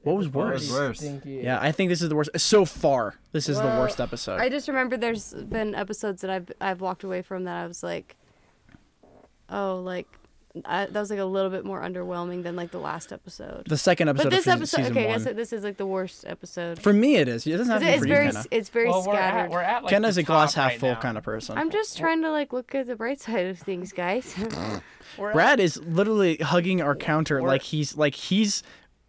What was
What
worse?
was worse?
Yeah, I think this is the worst so far. This is the
Well,
worst episode.
I just remember there's been episodes that I've I've walked away from that I was like, oh, like I, that was like a little bit more underwhelming than like the last episode.
the second episode.
but this
of
episode,
season
okay, I
one.
guess that this is like the worst episode.
for me, it is. It doesn't
'Cause
have to be
it's
for
very
you, Kenna.
it's very
well, we're
scattered.
at, we're at like
Kenna's
the
a glass
top
half
right
full
now.
kind of person.
I'm just trying to like look at the bright side of things, guys.
Brad is literally hugging our counter
We're-
like he's like he's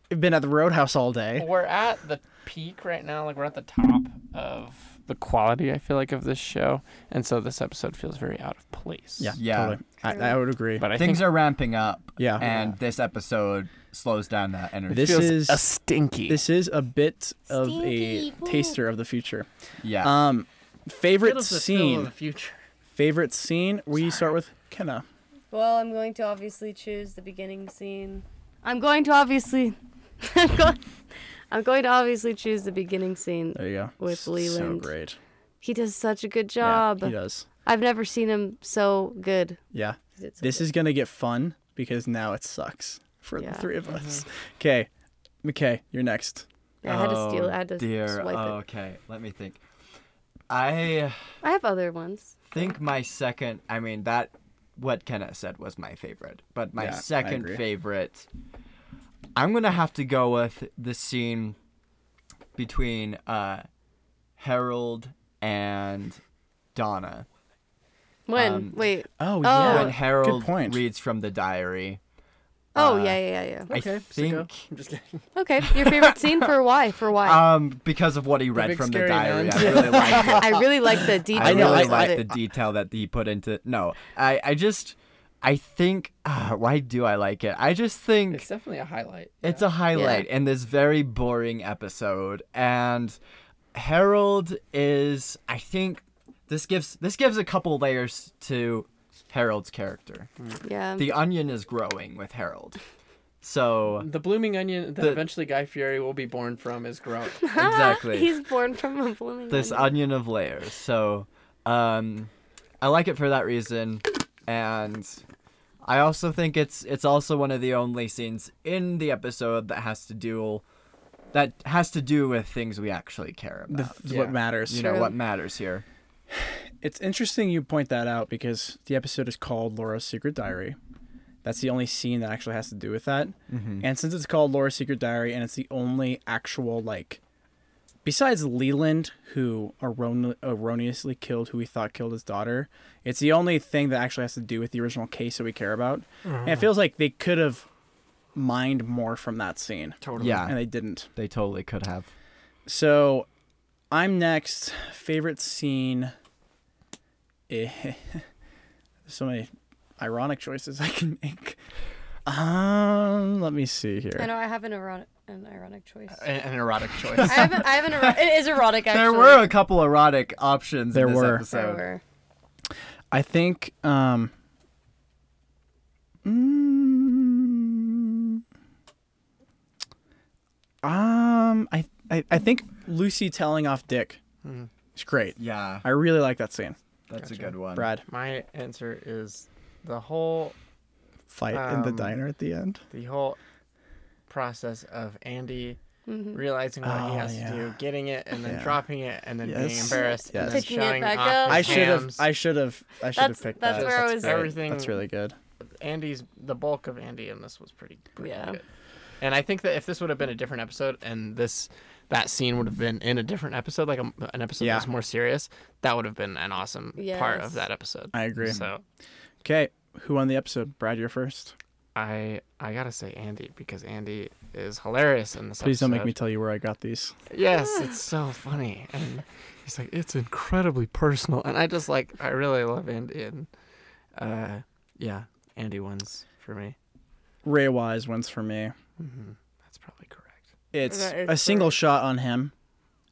been at the roadhouse all day.
We're at the peak right now. Like we're at the top of the quality. I feel like of this show, and so this episode feels very out of place.
Yeah,
Yeah.
totally. I, I would agree.
But I
Things
think
are ramping up.
Yeah.
And this episode slows down that energy.
this
feels
is
a stinky.
this is a bit of
Stinky
a
poop.
taster of the future.
yeah.
Um, favorite
Skittles are still in the
scene.
future.
Favorite scene. We start with Kenna.
well, I'm going to obviously choose the beginning scene. I'm going to obviously, I'm going, I'm going to obviously choose the beginning scene.
There you go.
With
So
Leland.
great.
He does such a good
Yeah,
job.
he does.
I've never seen him so good.
Yeah.
He did so
This
good.
is gonna get fun because now it sucks for
Yeah.
the three of us. Okay, McKay, you're next.
I had to steal.
Oh,
I had to
dear.
swipe
Oh,
it.
Okay, let me think. I
I have other ones.
think my second. I mean that what Kenneth said was my favorite, but my
Yeah, I agree.
second favorite. I'm gonna have to go with the scene between uh, Harold and Donna.
When?
Um,
Wait.
Oh,
yeah.
when Harold
point.
reads from the diary.
Oh
uh,
yeah, yeah, yeah,
I think
yeah. Okay, your favorite scene for why? For why?
um, because of what he read
big
from the
scary
diary,
man.
I really liked it.
I really like the detail.
I
know,
really
I-
like
I-
the detail that he put into. No, I, I just, I think. Uh, why do I like it? I just think
It's
it's,
definitely a highlight.
a highlight in this very boring episode, and Harold is. I think this gives this gives a couple layers to Harold's character.
yeah.
The onion is growing with Harold, so
The blooming onion that
The-
eventually Guy Fieri will be born from is grown.
exactly.
He's born from a blooming.
this
onion.
onion of layers. So, um, I like it for that reason, and I also think it's it's also one of the only scenes in the episode that has to do that has to do with things we actually care
The,
about.
What matters.
you know
True.
what matters here.
It's interesting you point that out because the episode is called Laura's Secret Diary. That's the only scene that actually has to
Mm-hmm.
do with that. And since it's called Laura's Secret Diary and it's the only actual like besides Leland, who errone- erroneously killed who he thought killed his daughter, it's the only thing that actually has to do with the original case that we care about. And it feels like they could have mined more from that scene,
Totally.
Yeah,
and they didn't.
they totally could have.
So I'm next. Favorite scene. Eh, so many ironic choices I can make. Um, let me see
I
here.
know I have an erotic, an ironic choice.
An, an erotic choice.
I have, an, I have an erotic. It is erotic. Actually,
There were a couple erotic options.
There
in this
were.
Episode.
There were.
I think um mm, um I, I I think Lucy telling off Dick
Hmm.
is great.
Yeah,
I really like that scene.
that's a good one.
Brad
My answer is the whole
fight in the
Um,
diner at the end.
the whole process of Andy realizing what
Oh,
he has
yeah.
to do, getting it, and then
Yeah. dropping
dropping it, and then being
Yes.
embarrassed, and then
Yes.
Picking it
showing
back
off
up.
his
I should have
hands.
I should have I should have
That's-
picked
that's
that.
where I was-
great.
Everything-
That's really good.
Andy's the bulk of Andy in this was pretty, pretty
Yeah.
good. And I think that if this would have been a different episode and this that scene would have been in a different episode, like a, an episode
Yeah.
that was more serious, that would have been an awesome part
Yes.
of that episode.
I agree.
So
Okay, who won the episode? Brad, you're first.
I I gotta say Andy because Andy is hilarious in this.
Please don't make
episode.
me tell you where I got these.
Yes, it's so funny. And he's like, it's incredibly personal. And I just like, I really love Andy. And uh, yeah, Andy wins for me.
Ray Wise wins for me.
hmm That's probably correct.
It's
That is
a single shot on him,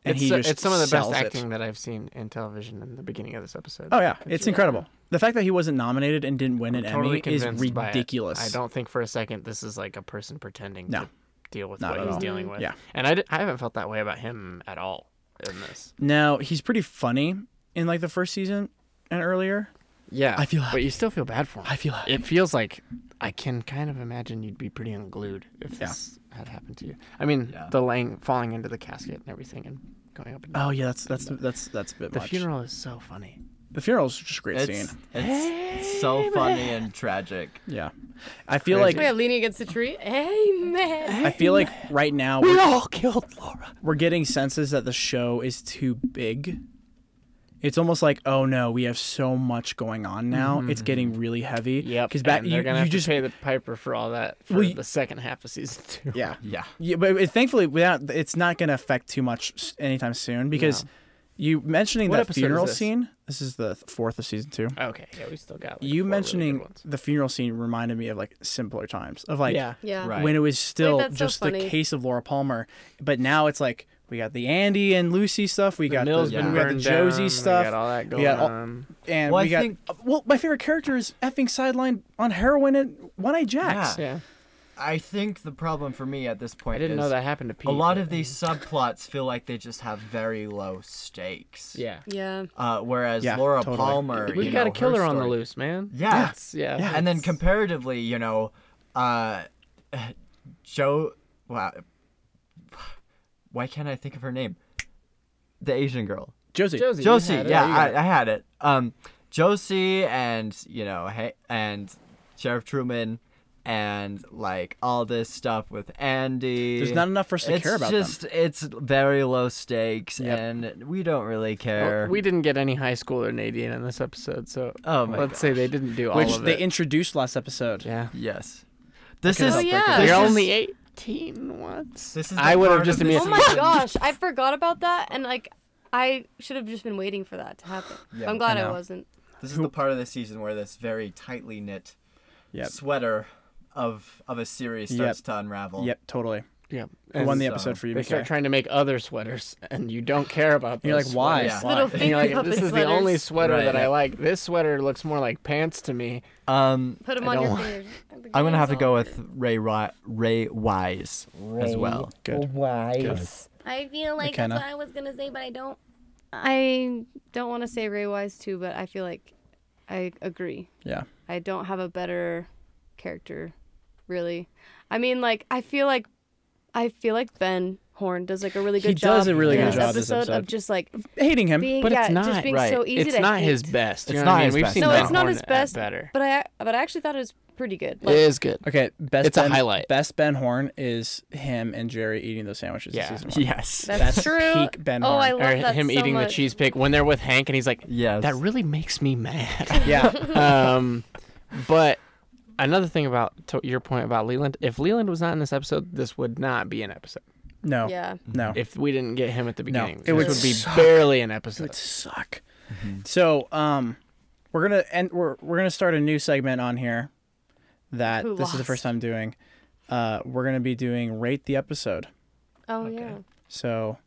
and
it's,
he
so-
just
it's some of the best
sells it.
acting that I've seen in television in the beginning of this episode.
Oh yeah, it's incredible. The fact that he wasn't nominated and didn't win an
totally
Emmy is
convinced by it.
ridiculous.
I don't think for a second this is like a person pretending
No.
to deal with
Not
what
at
he's
all.
dealing with.
Yeah.
And I, d- I haven't felt that way about him at all in this.
Now he's pretty funny in like the first season and earlier.
Yeah.
I feel
But you still feel bad for him.
I feel happy.
It feels like I can kind of imagine you'd be pretty unglued if
Yeah.
this had happened to you. I mean,
Yeah.
the laying, falling into the casket and everything, and going up. And down.
Oh yeah, that's that's that's that's a bit
the
much.
funeral is so funny.
The funeral's just a great
It's,
scene.
it's so funny and tragic.
Yeah, I feel
crazy.
like
Yeah, leaning against the tree. Amen.
I feel like right now we're, all killed Laura. We're getting senses that the show is too big. It's almost like, oh no, we have so much going on now. It's getting really heavy. Because back
Mm-hmm. and they're
you,
gonna
you
have
just
to pay the piper for all that for
Well, you-
the second half of season two.
yeah.
Yeah.
Yeah, but it, thankfully, without it's not going to affect too much s- anytime soon because you mentioning
What
that
episode is
funeral
this?
scene. This is the th- fourth of season two.
Okay, yeah, we still got. Like,
you
four really good
mentioning
ones.
the funeral scene reminded me of like simpler times of like
yeah,
Yeah.
Right.
when it was still
that's so
just the
funny.
case of Laura Palmer, but now it's like we got the Andy and Lucy stuff, we got
Mill's
the,
been
we got the
burned
Josie
down,
stuff,
We got all that
we
going
got all-
on.
and
Well,
we
I
got uh,
think-
well, my favorite character is effing sidelined on heroin at One Eye Jacks.
Yeah.
Yeah,
I think the problem for me at this point
I didn't
is
know that happened to Pete.
a lot
but-
of these subplots feel like they just have very low stakes.
Yeah,
Yeah.
Uh, whereas
Yeah,
Laura
totally.
Palmer,
we
you
got
know,
a killer
her
on the
story-
loose, man.
Yeah.
That's- yeah.
and then
it's-
comparatively, you know, uh, Joe. Wow. Why can't I think of her name? The Asian girl,
Josie.
Josie, you
Josie.
had it. Oh,
Yeah,
you got it.
I, I had it. Um, Josie and you know, hey, and Sheriff Truman, and like all this stuff with Andy.
There's not enough for us to
it's
care about
just
them.
it's very low stakes,
Yep.
and we don't really care.
Well, we didn't get any high schooler Nadine in this episode, so
Oh my
let's say they didn't do all
Which
of
they
it.
introduced last episode.
yeah.
yes, this
Because-
is.
Oh, yeah.
this
You're
is-
only 18 once.
This is
I
the
would have
part
just
of the
immediately-
Oh my
season-
gosh, I forgot about that, and like, I should have just been waiting for that to happen.
Yeah,
I'm glad
I
I,
know.
wasn't.
This is the part of the season where this very tightly knit
Yep.
sweater of of a series starts
Yep.
to unravel.
Yep, totally.
Yeah.
I won the
so
episode for you,
uh, They start
BK.
trying to make other sweaters, and you don't care about
And you're like,
those
why?
Yeah.
sweaters.
Why?
Little
And you're
finger
like,
puppet
this is the
sweaters.
only sweater
Right,
that I
yeah.
like. This sweater looks more like pants to me.
Um,
Put them
I
on your
don't-
fingers.
I'm gonna have to go with Ray Ri- Ray Wise as well.
Good.
Wise.
I feel
like that's McKenna. what
I was gonna say, but I don't. I don't want to say Ray Wise too, but I feel like I agree.
Yeah.
I don't have a better character, really. I mean, like I feel like I feel like Ben Horn does like a really good
He
job.
does a really
in
good
this
job
episode,
this episode.
of just like
hating him.
being
But
yeah,
it's
just
not
being
right.
so easy
it's
to
not
hate.
his best. You
It's
know what
not
I mean?
his
We've
best.
seen
No,
Ben
it's not
Horn
his
at
best,
Better.
But I but I actually thought it was pretty good.
it
Like,
is good.
Okay, best
It's a
ben,
highlight.
Best Ben Horn is him and Jerry eating those sandwiches.
Yeah.
in season one.
Yes.
that's,
That's
true.
peak Ben
oh,
Horn.
I
Or
love that
him
so
eating
much.
the cheese pick when they're with Hank and he's like,
Yes.
that really makes me mad.
Yeah,
um, but another thing about to your point about Leland, if Leland was not in this episode, this would not be an episode.
no,
Yeah.
no, it
If we didn't get him at the
No.
beginning,
It
this
would
would, be
suck.
barely an episode.
would suck.
Mm-hmm.
So, um, we're gonna end. We're we're gonna start a new segment on here. That
Who
this is the
lost?
first time doing. Uh, we're gonna be doing rate the episode.
Oh yeah.
So,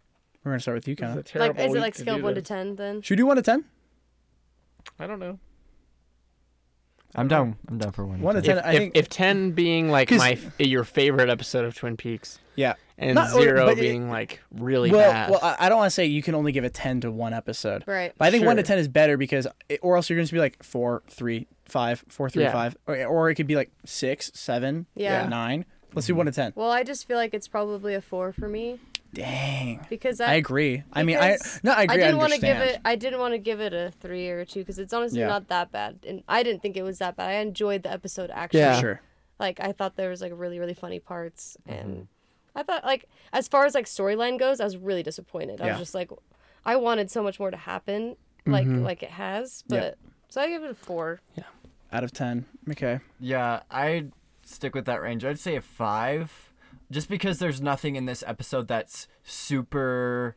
we're gonna start with you, Kenna.
Like is it like scale of one to ten then?
Should we do one to ten?
I don't know.
I'm down. I'm down for one.
One to
If,
ten. I
if,
think.
if ten being like
'Cause-
my f- your favorite episode of Twin Peaks,
yeah.
and
Not- or-
zero
but it-
being like really
well,
bad.
well, I, I don't want to say you can only give a ten to one episode.
Right.
But I think one to
Sure.
ten is better because, it, or else you're going to be like four, three, five, four, three,
Yeah.
five, or, or it could be like six, seven,
Yeah.
nine. Let's
Mm-hmm.
do one to ten.
Well, I just feel like it's probably a four for me
Dang,
because
I
I,
agree. I mean, I
Uh, because
no, I agree. I,
didn't want to
understand.
give it. I didn't want to give it a three or a two because it's honestly
Yeah.
not that bad, and I didn't think it was that bad. I enjoyed the episode actually.
Yeah.
Sure.
Like I thought there was like really really funny parts, and I thought like as far as like storyline goes, I was really disappointed. I
Yeah.
was just like, I wanted so much more to happen, like like it has,
Yeah.
but so I give it a four.
Out of ten, okay.
Yeah, I'd stick with that range. I'd say a five, just because there's nothing in this episode that's super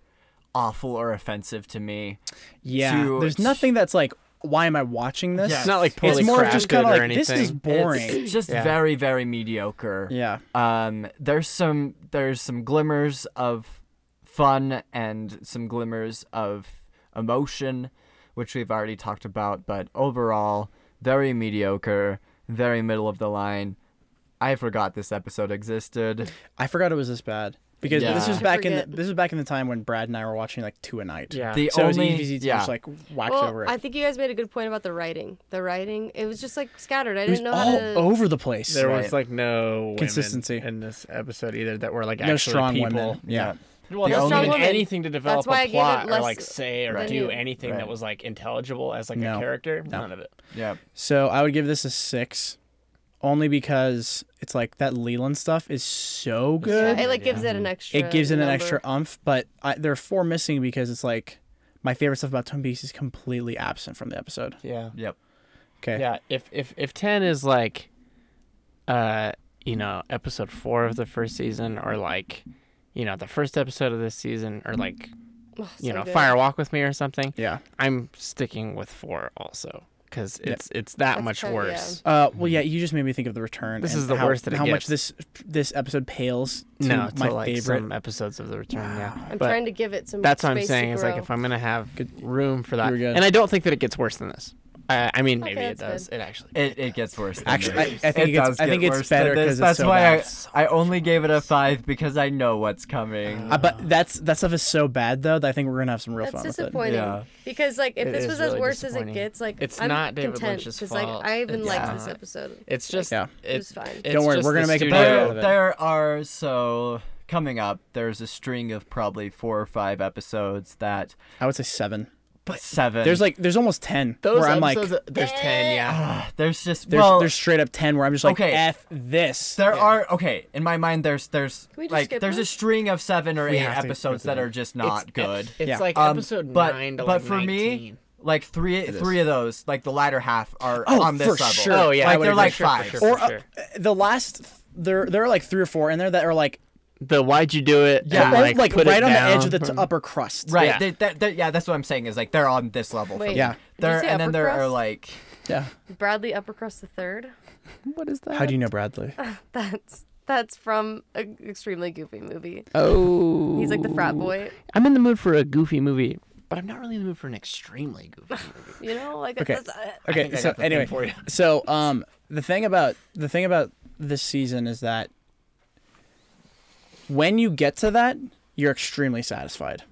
awful or offensive to me.
Yeah.
To-
There's nothing that's like, why am I watching this?
Yeah.
it's not like
It's
poorly
it's more
crafted
of just kind of
or
like
anything.
this is boring.
It's just
Yeah.
very, very mediocre.
yeah.
Um, there's some there's some glimmers of fun and some glimmers of emotion, which we've already talked about. But overall, very mediocre, very middle of the line. I forgot this episode existed.
I forgot it was this bad because this
Yeah.
was
I
back in the,
forget.
this was back in the time when Brad and I were watching like two a night.
yeah.
The
So
only
it was easy to
yeah.
just like whack over
Well,
it.
I think you guys made a good point about the writing. The writing, it was just like scattered. I
it was
didn't know how
all
to.
over the place.
there
Right.
was like no women
Consistency.
in this episode either that were like
no
actually
strong
people.
women. Yeah.
Well,
The only-
that's not even
Strong woman.
anything to develop
That's why I
a
gave
plot
it
or
less
like say or
Right.
do
you.
anything
Right.
that was like intelligible as like
No.
a character.
No.
None of it.
yeah.
So I would give this a six, only because it's like that Leland stuff is so good.
Yeah, it like gives it an extra.
it gives it an
number.
extra umph, but I, there are four missing because it's like my favorite stuff about Twin Peaks is completely absent from the episode.
Yeah.
Yep.
Okay.
Yeah. If if if ten is like, uh, you know, episode four of the first season, or like, you know, the first episode of this season, or like,
Oh,
you
so
know,
good.
Fire Walk with Me or something,
Yeah.
I'm sticking with four also because it's it's that
That's
much
fair, yeah.
worse.
Uh, well, yeah, you just made me think of the return.
This
and
is the
how,
worst that it
How much
gets.
this this episode pales to
No, to
my
like
favorite.
some episodes of The Return. Yeah.
I'm
But-
trying to give it some.
That's what I'm
space to
saying. Is like
grow.
if I'm gonna have room for that,
You're good.
and I don't think that it gets worse than this. I, I mean,
Okay,
maybe it
that's
does.
good.
It actually.
It, it gets worse. Than
Actually, I,
this.
I think
it
it gets,
does
I
get
think
worse
it's
than
better
this.
because
that's
it's so
why
bad.
I, I only gave it a five because I know what's coming.
Uh, but that's that stuff is so bad though that I think we're gonna have some real
That's
fun with it.
disappointing.
Yeah.
Because like if
It
this
is
was as
really
worse as it
disappointing.
gets, like
It's
I'm
not David
content
Lynch's
because like
fault.
I even
It's
liked
not.
this episode.
It's just.
Yeah.
It was fine.
it's
Don't worry,
just
we're gonna
the
make a
studio-
better out
there,
of it.
there are so coming up. There's a string of probably four or five episodes that
I would say seven.
seven.
There's like there's almost ten
Those
where I'm like
episodes, uh, there's
"Eh,
ten. Yeah.
Ah, there's just
there's
well,
there's straight up ten where I'm just like
Okay.
f this.
there are okay. In my mind, there's there's
we just
like
skip
there's a
this?
string of seven or eight
have to
episodes
go through
that are just not good.
It's
Yeah.
like
Um,
episode
but
nine to
but
like
for
19.
me, like three three of those, like the latter half, are
Oh,
on this
for
level.
sure.
Oh yeah, I
like
would
they're
agree,
like
for sure,
five.
For sure,
or
for
uh,
sure.
the last there there are like three or four in there that are like
the why'd you do it?
Yeah.
Yeah,
and,
all,
like,
like,
put
right
it
on the
down.
edge of the t- upper crust.
Right.
Yeah.
They, they, they, yeah, that's what I'm saying is like they're on this level. for
Wait.
me.
Yeah.
Did you
There
say
and then
upper
there are
crust?
like
Yeah.
Bradley Uppercross the Third.
What is that?
How do you know Bradley?
That's that's from an extremely goofy movie.
Oh,
He's like the frat boy.
I'm in the mood for a goofy movie, but I'm not really in the mood for an extremely goofy movie.
You know, like
Okay.
that's, uh,
Okay. So
I got the thing
anyway,
for you.
so um the thing about the thing about this season is that when you get to that, you're extremely satisfied.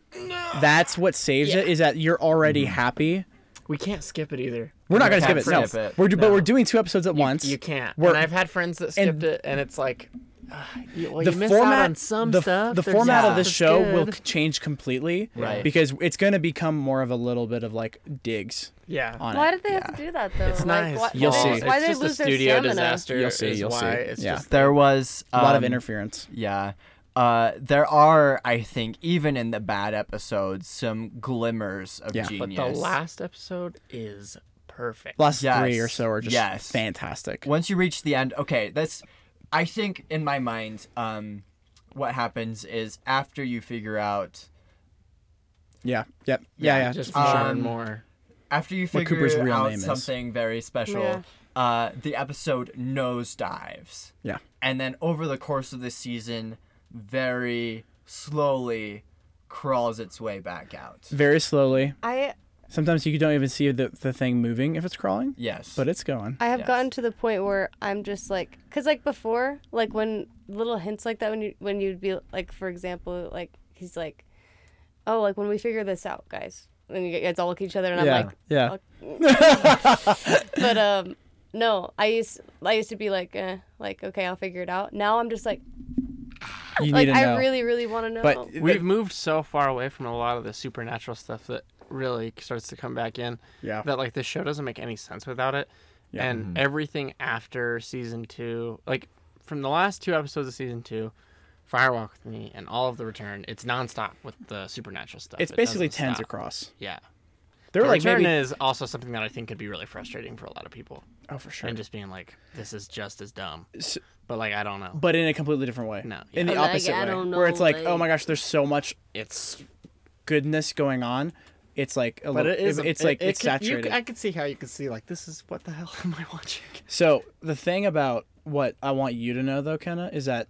That's what saves it is that you're already
Mm-hmm.
happy.
We can't skip it either.
We're not
You
gonna skip it.
can't
No,
skip it.
we're do, but
No.
we're doing two episodes at once.
You can't.
We're-
and I've had friends that
and-
skipped it, and it's like,
ah, You, well,
the
you miss out
format
on some
the,
stuff.
the
There's
format
stuff
of this
that's
show will
good.
c- change completely
Right.
because it's going to become more of a little bit of like digs
Yeah.
on
Why
it.
did they have to do that though?
It's
like,
not
Why,
his
You'll
why
see.
they- Why
it's
they
just
lose
a
their
studio
stamina?
disaster.
You'll see,
is
you'll
why.
see.
It's
Yeah.
just
There was
a lot of
um,
interference.
Yeah. Uh, there are, I think, even in the bad episodes, some glimmers of
Yeah.
genius.
But the last episode is perfect.
Last three or
Yes.
so are just
Yes.
fantastic.
once you reach the end okay that's i think in my mind um what happens is after you figure out
Yeah. Yep. Yeah. Yeah.
Just
for
more
sure.
uh,
and
Um,
more.
after you figure
Cooper's real
out
name is.
something very special
Yeah.
uh the episode nosedives
Yeah.
and then over the course of the season very slowly crawls its way back out
Very slowly.
I
Sometimes you don't even see the, the thing moving if it's crawling,
yes
but it's going.
I have
Yes.
gotten to the point where I'm just like, cause like before, like when little hints like that, when you when you'd be like, for example, like he's like, oh, like when we figure this out, guys, and you guys all look at each other, and
yeah.
I'm like,
yeah.
but um, no, I used I used to be like, eh, like okay, I'll figure it out. Now I'm just like,
You
like
need to know.
I really, really want to know.
but
We've moved so far away from a lot of the supernatural stuff that really starts to come back in.
Yeah.
That like this show doesn't make any sense without it.
Yeah.
And everything after season two, like from the last two episodes of season two, Firewalk with Me and all of the Return, it's nonstop with the supernatural stuff.
it's
It
basically
doesn't
tens
stop.
across.
Yeah.
There were
the
like
Return
maybe
is also something that I think could be really frustrating for a lot of people.
oh for sure,
And just being like, this is just as dumb.
S-
But like, I don't know.
but in a completely different way.
No,
in the
yeah. Like,
opposite
I
way,
don't
where it's
know,
like, oh
like-
my gosh, there's so much
It's
goodness going on. It's like a
But
little,
it is.
it's
it-
like
it
it's
could- you
saturated.
c- I could see how you could see like this is what the hell am I watching?
So the thing about what I want you to know though, Kenna, is that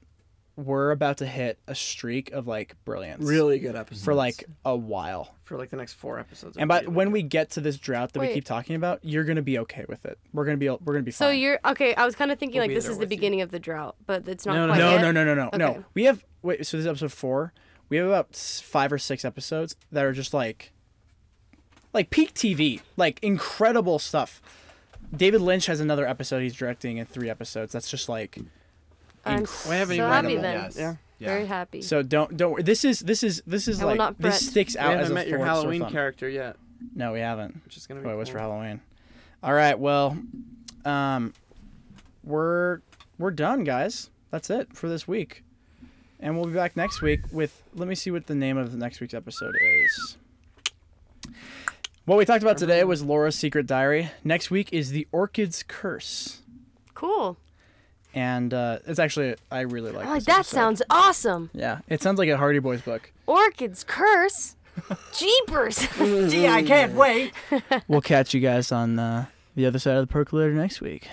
we're about to hit a streak of like brilliance.
good episode
For like a while.
for like the next four episodes.
And but when we get to this drought that we
Wait.
keep talking about, you're gonna be okay with it. We're gonna be we're gonna be
so
fine.
you're okay. I was kind of thinking
We'll
like
be
this
there
is the
with you.
beginning of the drought, but it's not
No, no,
quite
no,
yet.
no, no, no, no,
Okay.
no. We have wait. So this is episode four. We have about s- five or six episodes that are just like, like peak TV, like incredible stuff. David Lynch has another episode he's directing in three episodes. That's just like
I'm so
We haven't even read
happy
them all.
then.
yes yeah,
Very happy.
so. Don't don't. worry. This is this is this is
I will
like
not
this
fret.
sticks
we
out as
haven't
a
met your
fourth, so
Halloween
fun.
character yet,
No, we haven't.
which is gonna be.
Wait, what's for
cool.
Halloween? All right. Well, um, we're we're done, guys. That's it for this week, and we'll be back next week with. Let me see what the name of next week's episode is. What we talked about today was Laura's secret diary. Next week is the Orchid's Curse,
cool.
and uh, it's actually I really like.
I'm like
this
that
episode.
sounds awesome.
Yeah, it sounds like a Hardy Boys book.
Orchids curse. Jeepers.
gee i can't wait
we'll catch you guys on uh, the other side of the percolator next week.